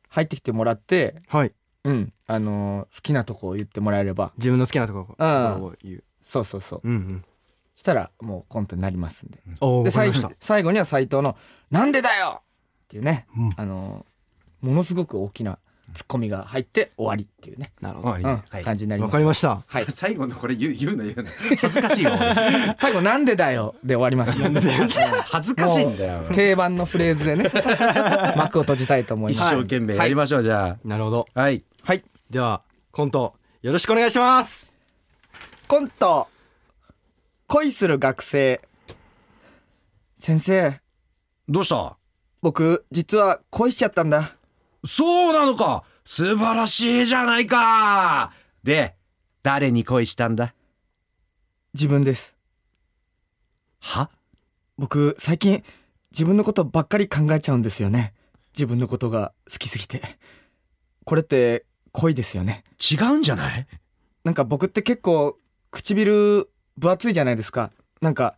E: 入ってきてもらって
B: はい
E: うんあのー、好きなとこを言ってもらえれば
B: 自分の好きなところを言う
E: そうそうそう
B: うんうん
E: したらもうコントになりますんで
B: おお
E: で
B: 分かり
E: 最
B: ました
E: 最後には斎藤の「なんでだよ!」っていうね、
B: うん
E: あのーものすごく大きなツッコミが入って終わりっていうね、
B: なるほど
D: あいい
E: うん
D: ねはい
E: 感じになり
B: わ
E: ます
B: かりました
E: はい
D: 最後のこれ言う言うの言うの恥ずかしいよ
E: 最後「なんでだよ!」で終わります
D: 恥ずかしいんだよ
E: 定番のフレーズでね幕を閉じたいと思い
D: 一
E: ます
D: 生懸命やりましょうじゃ
B: なるほど
D: あはい
E: はい
B: ではコントよろしくお願いします
E: コント恋する学生先生
D: どうした
E: 僕実は恋しちゃったんだ
D: そうなのか素晴らしいじゃないかで誰に恋したんだ
E: 自分です
D: は
E: 僕最近自分のことばっかり考えちゃうんですよね自分のことが好きすぎてこれって恋ですよね
D: 違うんじゃない
E: なんか僕って結構唇分厚いじゃないですかなんか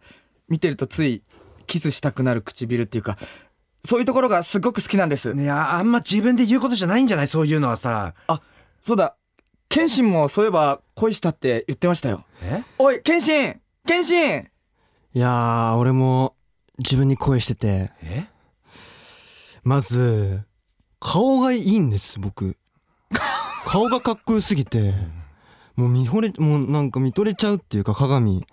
E: 見てるとついキスしたくなる唇っていうかそういうところがすごく好きなんです、
D: いやあんま自分で言うことじゃないんじゃないそういうのはさ
E: そうだ謙信もそういえば恋したって言ってましたよ
D: え
E: おい謙信謙信
B: いやー俺も自分に恋してて
D: え
B: まず顔がいいんです僕顔がかっこよすぎてもう見惚れもうなんか見とれちゃうっていうか鏡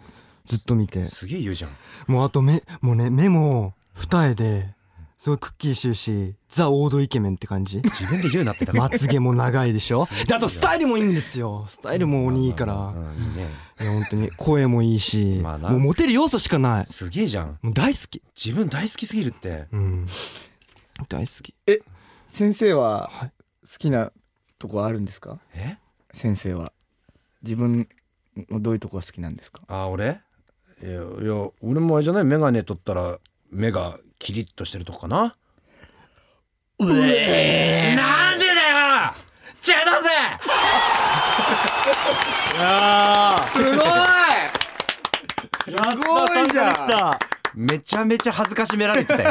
B: ずっと見て
D: すげえ言うじゃん
B: もうあと目もうね目も二重ですごいくっきりしてるしザ王道イケメンって感じ
D: 自分で言うなってだ
B: まつげも長いでしょであとスタイルもいいんですよスタイルも鬼いいから
D: うんいいね
B: いや本当に声もいいし
D: まあな
B: もうモテる要素しかない
D: すげえじゃん
B: もう大好き
D: 自分大好きすぎるって
B: うん大好き
E: 先生は
B: はい
E: 好きなとこあるんですか
D: え
E: 先生は自分のどういうとこが好きなんですか
D: あ俺いやいや俺もあれじゃない眼鏡取ったら目がキリッとしてるとこかなうえなんでだよチェダぜ
E: すごいすごいじゃん
D: めちゃめちゃ恥ずかしめられてたよ
B: い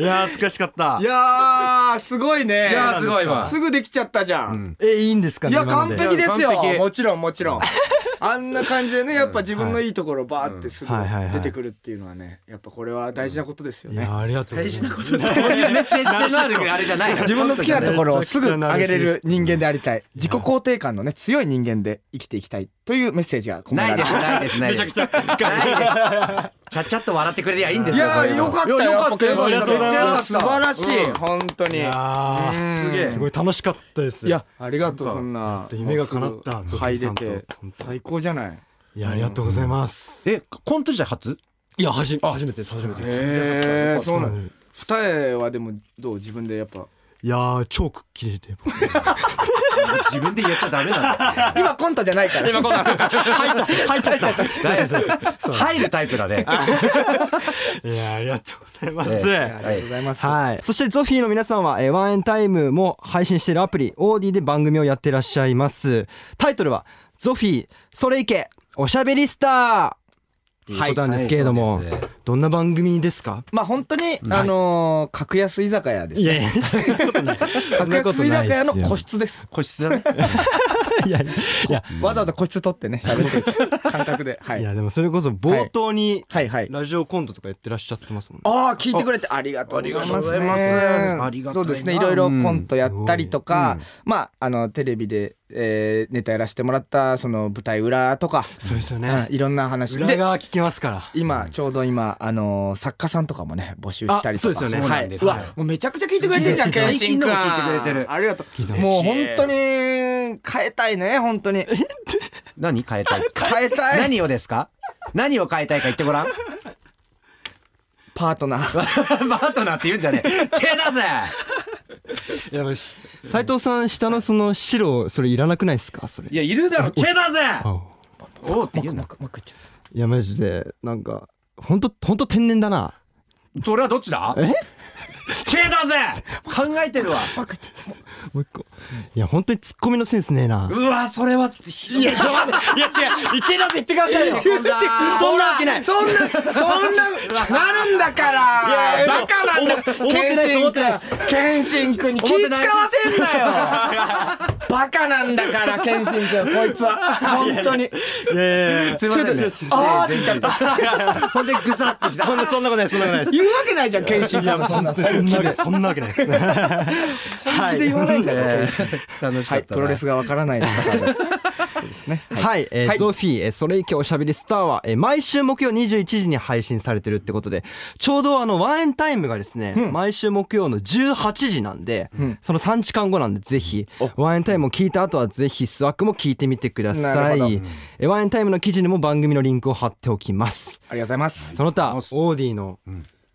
B: やー恥ずかしかった
E: いやーすごいね
D: いやーすごいわ
E: すぐできちゃったじゃん、
D: うん
B: えいいんですか
E: い
B: ね
E: や
B: 今
E: 完
B: ので
E: 璧ですよ
D: 完璧
E: もちろんもちろんあんな感じでねやっぱ自分のいいところバーってすぐ
B: はいはいはい
E: 出てくるっていうのはねやっぱこれは大事なことですよ
B: い
E: ね、
B: やありがとうございます
D: そういうメッセージ性のあるあれじゃない
E: 自分の好きなところをすぐ上げれる人間でありたい自
B: め
E: 己
B: ちゃくちゃ
E: 肯定感のね強い人間で生きていきたいというメッセージが込め
D: ない
E: られ
D: で
E: て
D: すないですないです
B: ゃ聞か
D: ないですちゃっちゃっと笑ってくれりゃいいんです
E: い
D: よ
E: や
D: こう
E: ー
D: いうの
E: よかったよ
B: よかったよ
E: やぱ
B: ありがとうございます
E: 素晴らしい本当に
B: いやー
E: うん
D: すげえ
B: すごい楽しかったです
E: いやありがとう
D: なんか
E: そんな
B: 夢が叶ったゾフィ
E: 入
B: ーさ
E: れ
B: んと
E: て最高じゃない
B: いやありがとうございます
D: えコント自体初
B: いや初初めてです初めてです
E: へえそうなんだ
B: ん
E: 二重はでもどう自分でやっぱ
B: いやー超くっきりして僕
D: 自分で言っちゃダメなんだ
E: 今コントじゃないから今コント
D: 入るタイプだね
B: いやありがとうございま
D: え
B: す
E: ありがとうございます
B: はいそしてゾフィーの皆さんは、えーワンエンタイムも配信しているアプリオーディで番組をやってらっしゃいますタイトルは「ゾフィーそれいけおしゃべりスター」ということなんですけれども、
D: はいそうです
B: どんな番組ですか
E: まあ本当に、あのー格安居酒屋です。
B: やいや そんなことないそん
E: 格
B: なこ
E: 安
B: と
E: 居
B: な
E: 酒
B: いっ
E: 屋
B: すよ
E: の個室です。
D: 個室だね
B: いやいや
E: わざわざ個室取ってね、喋ってる感覚で。はいい。
B: やでもそれこそ冒頭に
E: はいはい。
B: ラジオコントとかやってらっしゃってますもんね
E: ああ、聞いてくれてありがとうございますね。
D: ありが
E: そ
D: と
E: う
D: ござ
E: うです
D: います
E: ね。いろいろコントやったりとか、まあ、あの、テレビで、えーネタやらせてもらった、その舞台裏とか、
B: そうですよ
E: うん
B: ね
E: いろんな話
B: 裏
E: で、
B: 側聞けますから
E: 今、ちょうど今、あのー作家さんとかもね、募集したりとか。
B: あそうですよね
E: は
B: そうなん
E: い。
B: で
E: う
B: す
E: わ、もうめちゃくちゃ聞いてくれてるじゃん、ケンシン君。
D: 聞いてくれてる
E: ありがと
B: 聞いて
E: う。
B: ます
E: もう本当に、変えたいね、本当に。
D: 何変え たい
E: 変えたい。
D: 何をですか何を変えたいか言ってごら ん
E: パートナー。
D: パートナーって言うんじゃ ねえ手だぜ
B: やばいし斉藤さん下のその白それいらなくないですかそれ
D: いやいるだろチェだぜ
B: あ
D: おうって言うな
B: ーいやマジでなんか本当本当天然だな
D: それはどっちだ
B: え
D: チェだぜ考えてる わ
B: もう一個いや本当にツッコミのセンスねえな
D: うわそれはいやちょ待 っていや違うチェだぜ言ってくださいよそんなわけない
E: そんな、そんな、なるんだから。バカなんだ。
D: 思ってないです思ってないです
E: 謙信君に気使わせんなよ。 バカなんだから、謙信君、こいつは。本当に。
D: すいませんね
E: あーって言っちゃった。
D: ほんでぐさってきた
B: そんなことないそんなことないです
E: 言うわけないじゃん、謙信君もそんな。
B: そんなわけそんなわけないですね
E: 本気で言わないんだよ。
D: 楽し
E: はい、プロレスがわからない方で。
B: はい、えー
E: はい
B: ゾフィー、えーそれいけおしゃべりスターは、えー毎週木曜21時に配信されてるってことで、ちょうどあの、ワンエンタイムがですね、毎週木曜の18時なんで、その3時間後なんで、ぜひ、ワンエンタイムを聞いた後は、ぜひ、スワックも聞いてみてくだ
E: な
B: さ
E: る
B: い。
E: ほど
B: えーワンエンタイムの記事にも番組のリンクを貼っておきます。
E: ありがとうございます。
B: その他、オーディの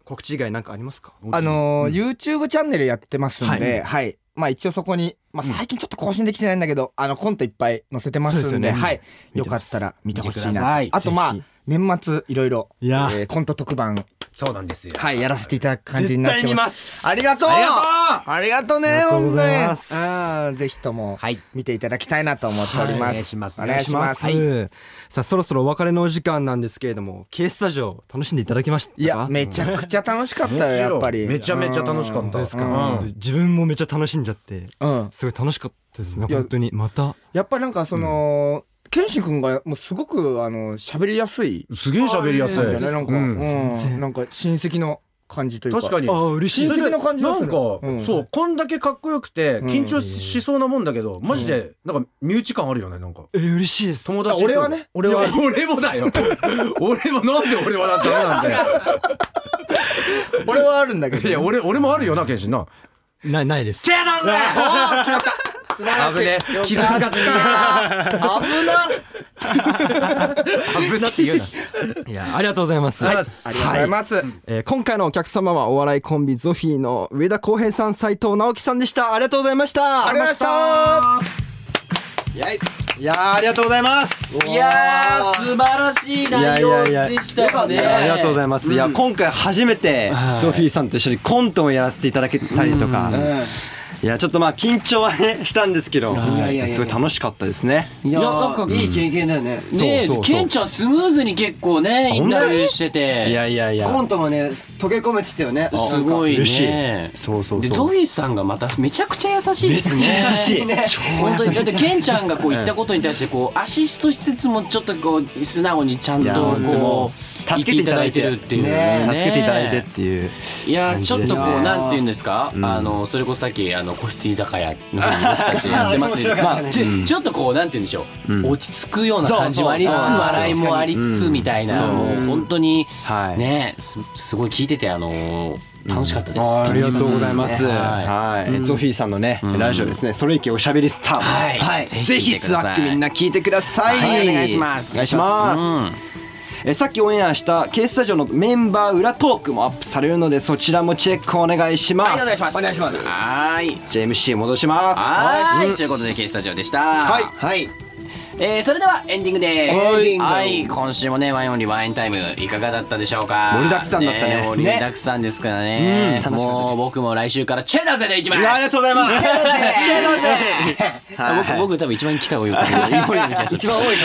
B: 告知以外なんかありますか
E: あのー、YouTube チャンネルやってますんで、はい。まあ一応そこに、まあ最近ちょっと更新できてないんだけど、あのコントいっぱい載せてますん
B: そうです
E: で、
B: よね
E: はい。
B: 見
E: よ
B: て
E: か
B: ま
E: っ
B: す
E: たら見てほしい
D: 見てくだ
E: な
D: さい。
E: あとまあ
B: ぜひ、
E: 年末いろいろ、え
B: いや
E: ーコント特番、
D: そうなんですよ
E: はい、やらせていただく感じになってます。
B: す
E: ありがとう
D: あ
E: ありがとうね、
B: ありがとう
E: 本
B: ご
E: 当に
B: ざい
E: あ
B: ます
E: ーぜひとも
D: はい
E: 見ていただきたいなと思っております。
D: はいお願いします
E: お願いします。
B: はい
E: い、
B: さあそろそろお別れのお時間なんですけれども K スタジオ楽しんでいただきましたか
E: や、めちゃくちゃ楽しかったよ、やっぱり。
D: めちゃめちゃ楽しかった
B: 本当ですか、
D: うん
B: 本当自分もめっちゃ楽しんじゃって
E: うん。
B: すごい楽しかったですね
E: いや
B: 本当にまた
E: やっぱりなんかその、ケンシ君がもうすごくあの喋りやすい
D: すげえ喋りやすい
E: なんじゃないなんか、うん
D: うん
B: 然
E: なんか親戚の感じというか
D: 確かに
B: ああ嬉しい
E: 親
B: です
E: 戚の感じが
D: な
E: す
D: ん
E: る
D: か、
E: うん
D: そうこんだけかっこよくて
E: うん
D: 緊張しそうなもんだけど、マジでなんか身内感あるよねなんか
B: えー嬉しいです
D: 友
E: あ
D: 達と
E: 俺はね俺はい
D: や俺もだよ 俺もなんで俺はなんてなんだよ
E: 俺はあるんだけど
D: いや俺俺もあるよなケンシンな
B: ないないです
D: チェだぜ危ねえ傷つかずに危な危なって言うない
B: やありがとうございます、
D: はい
E: ありがとうございます、
B: えー今回のお客様はお笑いコンビゾフィーの上田浩平さん斉藤直樹さんでしたありがとうございました
E: ありがとうござ
B: いやーありがとうございます
A: いやー素晴らしい内容でしたよね
B: いやありがとうございます、いや今回初めて
A: はい
B: ゾフィーさんと一緒にコントもやらせていただけたりとか、いやちょっとまあ緊張はねしたんですけど
C: いやいやいや
B: すごい楽しかったですね
C: いや
A: いやなんか
C: いい経験だよね
A: ねえ
B: そうそうそう
A: ケンちゃんスムーズに結構ねインタビューして
B: い
A: て
B: やいやいや
C: コントもね溶け込めてたよね
A: すごい
B: 嬉しい
A: ね
B: そうそう
A: で
B: そ
A: ゾ
B: う
A: フィーさんがまためちゃくちゃ優しいですね
B: めっちゃ優しいね
A: 本当にだってケンちゃんがこう言ったことに対してこうアシストしつつもちょっとこう素直にちゃん
B: いや
A: と
B: 本当に
A: こう言っていただいてるっていうね
B: 助けていただいてっていう
A: いやーちょっとこ
B: いうや
A: なんて言うんですか、あのそれこそさっきあの個室居酒屋の方に僕たちやってますけど、まあちょちょっとこうなんて言うんでしょう、落ち着くような感じもありつつ
B: そうそうそう
A: 笑いもありつつみたいな、
B: うん
A: もう本当に、
B: はい
A: ねすすごい聞いててあのー楽しかったです、
B: あーありがとうございます。
A: は
B: はい、ゾフィーさんのね、ラジオですね。それいけおしゃべりスターも。
A: はい
B: ぜ
A: ぜひ聞い
B: ひ
A: てく
B: ス
A: だ
B: ワ
A: さい
B: ックみんな聞いてください。
A: はいお願いします
B: お願いします。
A: うん
B: えーさっきオンエアした K スタジオのメンバー裏トークもアップされるのでそちらもチェックお願いします。
A: はいお願いします
B: お願いします。
A: はーい
B: じゃあ MC 戻します。
A: はいということで K スタジオでした
B: はい
A: はいえー、それではエンディングです
B: はい
A: はい今週もねワインオンリーワインタイムいかがだったでしょうか
B: 盛りだくさんだったね
A: え盛りだくさんですからね
B: うん楽しかった
A: も
B: で
A: う
B: す
A: 僕も来週からチェダゼでいきます
B: ありがとうございます。チェだぜ。チェだぜ。
A: あ僕僕多分一番機会多いよ一番多い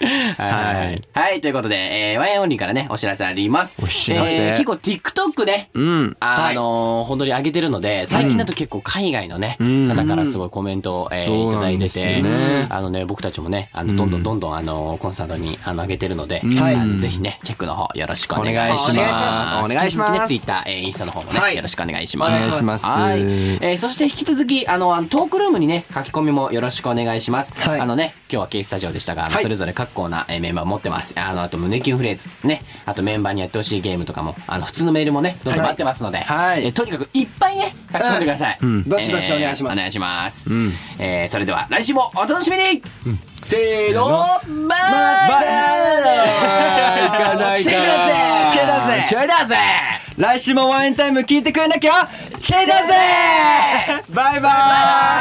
A: はい。はい、ということで、えーワインオンリーからね、お知らせあります。お
F: 知らせ
A: えー結構 TikTok ね、
F: うん。
A: あのー本当に上げてるので、最近だと結構海外のね、
F: うん
A: 方からすごいコメントを、えー
F: そう
A: いた
F: な
A: だい
F: んで
A: て
F: すよね
A: て、あのね、僕たちもね、あの、どんどんどんどん、あのーコンサートに、あの、上げてるので、
F: はい
A: あのぜひね、チェックの方よろしくお願い
F: お
A: します。
F: 願いします
A: お願いします。
F: お願いします
A: ツイッター、えーインスタの方もね、
F: はい
A: よろしくお願いします。
F: お願いします
A: はい。えーそして引き続き、あの、あのトークルームにね、書き込みもよろしくお願いします。あのね、今日は K スタジオでしたが、あの
F: はい
A: それぞれ各コーナー、えーメンバー持ってます。あの、あと胸キュンフレーズ、ね、あとメンバーにやってほしいゲームとかも、あの、普通のメールもね、どんどん待ってますので、
F: はい
A: えーとにかくいっぱいね、書き込んでください。
F: ん
A: どしどしお願いします。お願いします。
F: ん
A: えーそれでは来週もお楽しみに、せーの、バイバイ
F: チェダーぜチェダーぜ
A: チェダーぜ
F: 来週もワインタイム聞いてくれなきゃチェダーぜバイバイ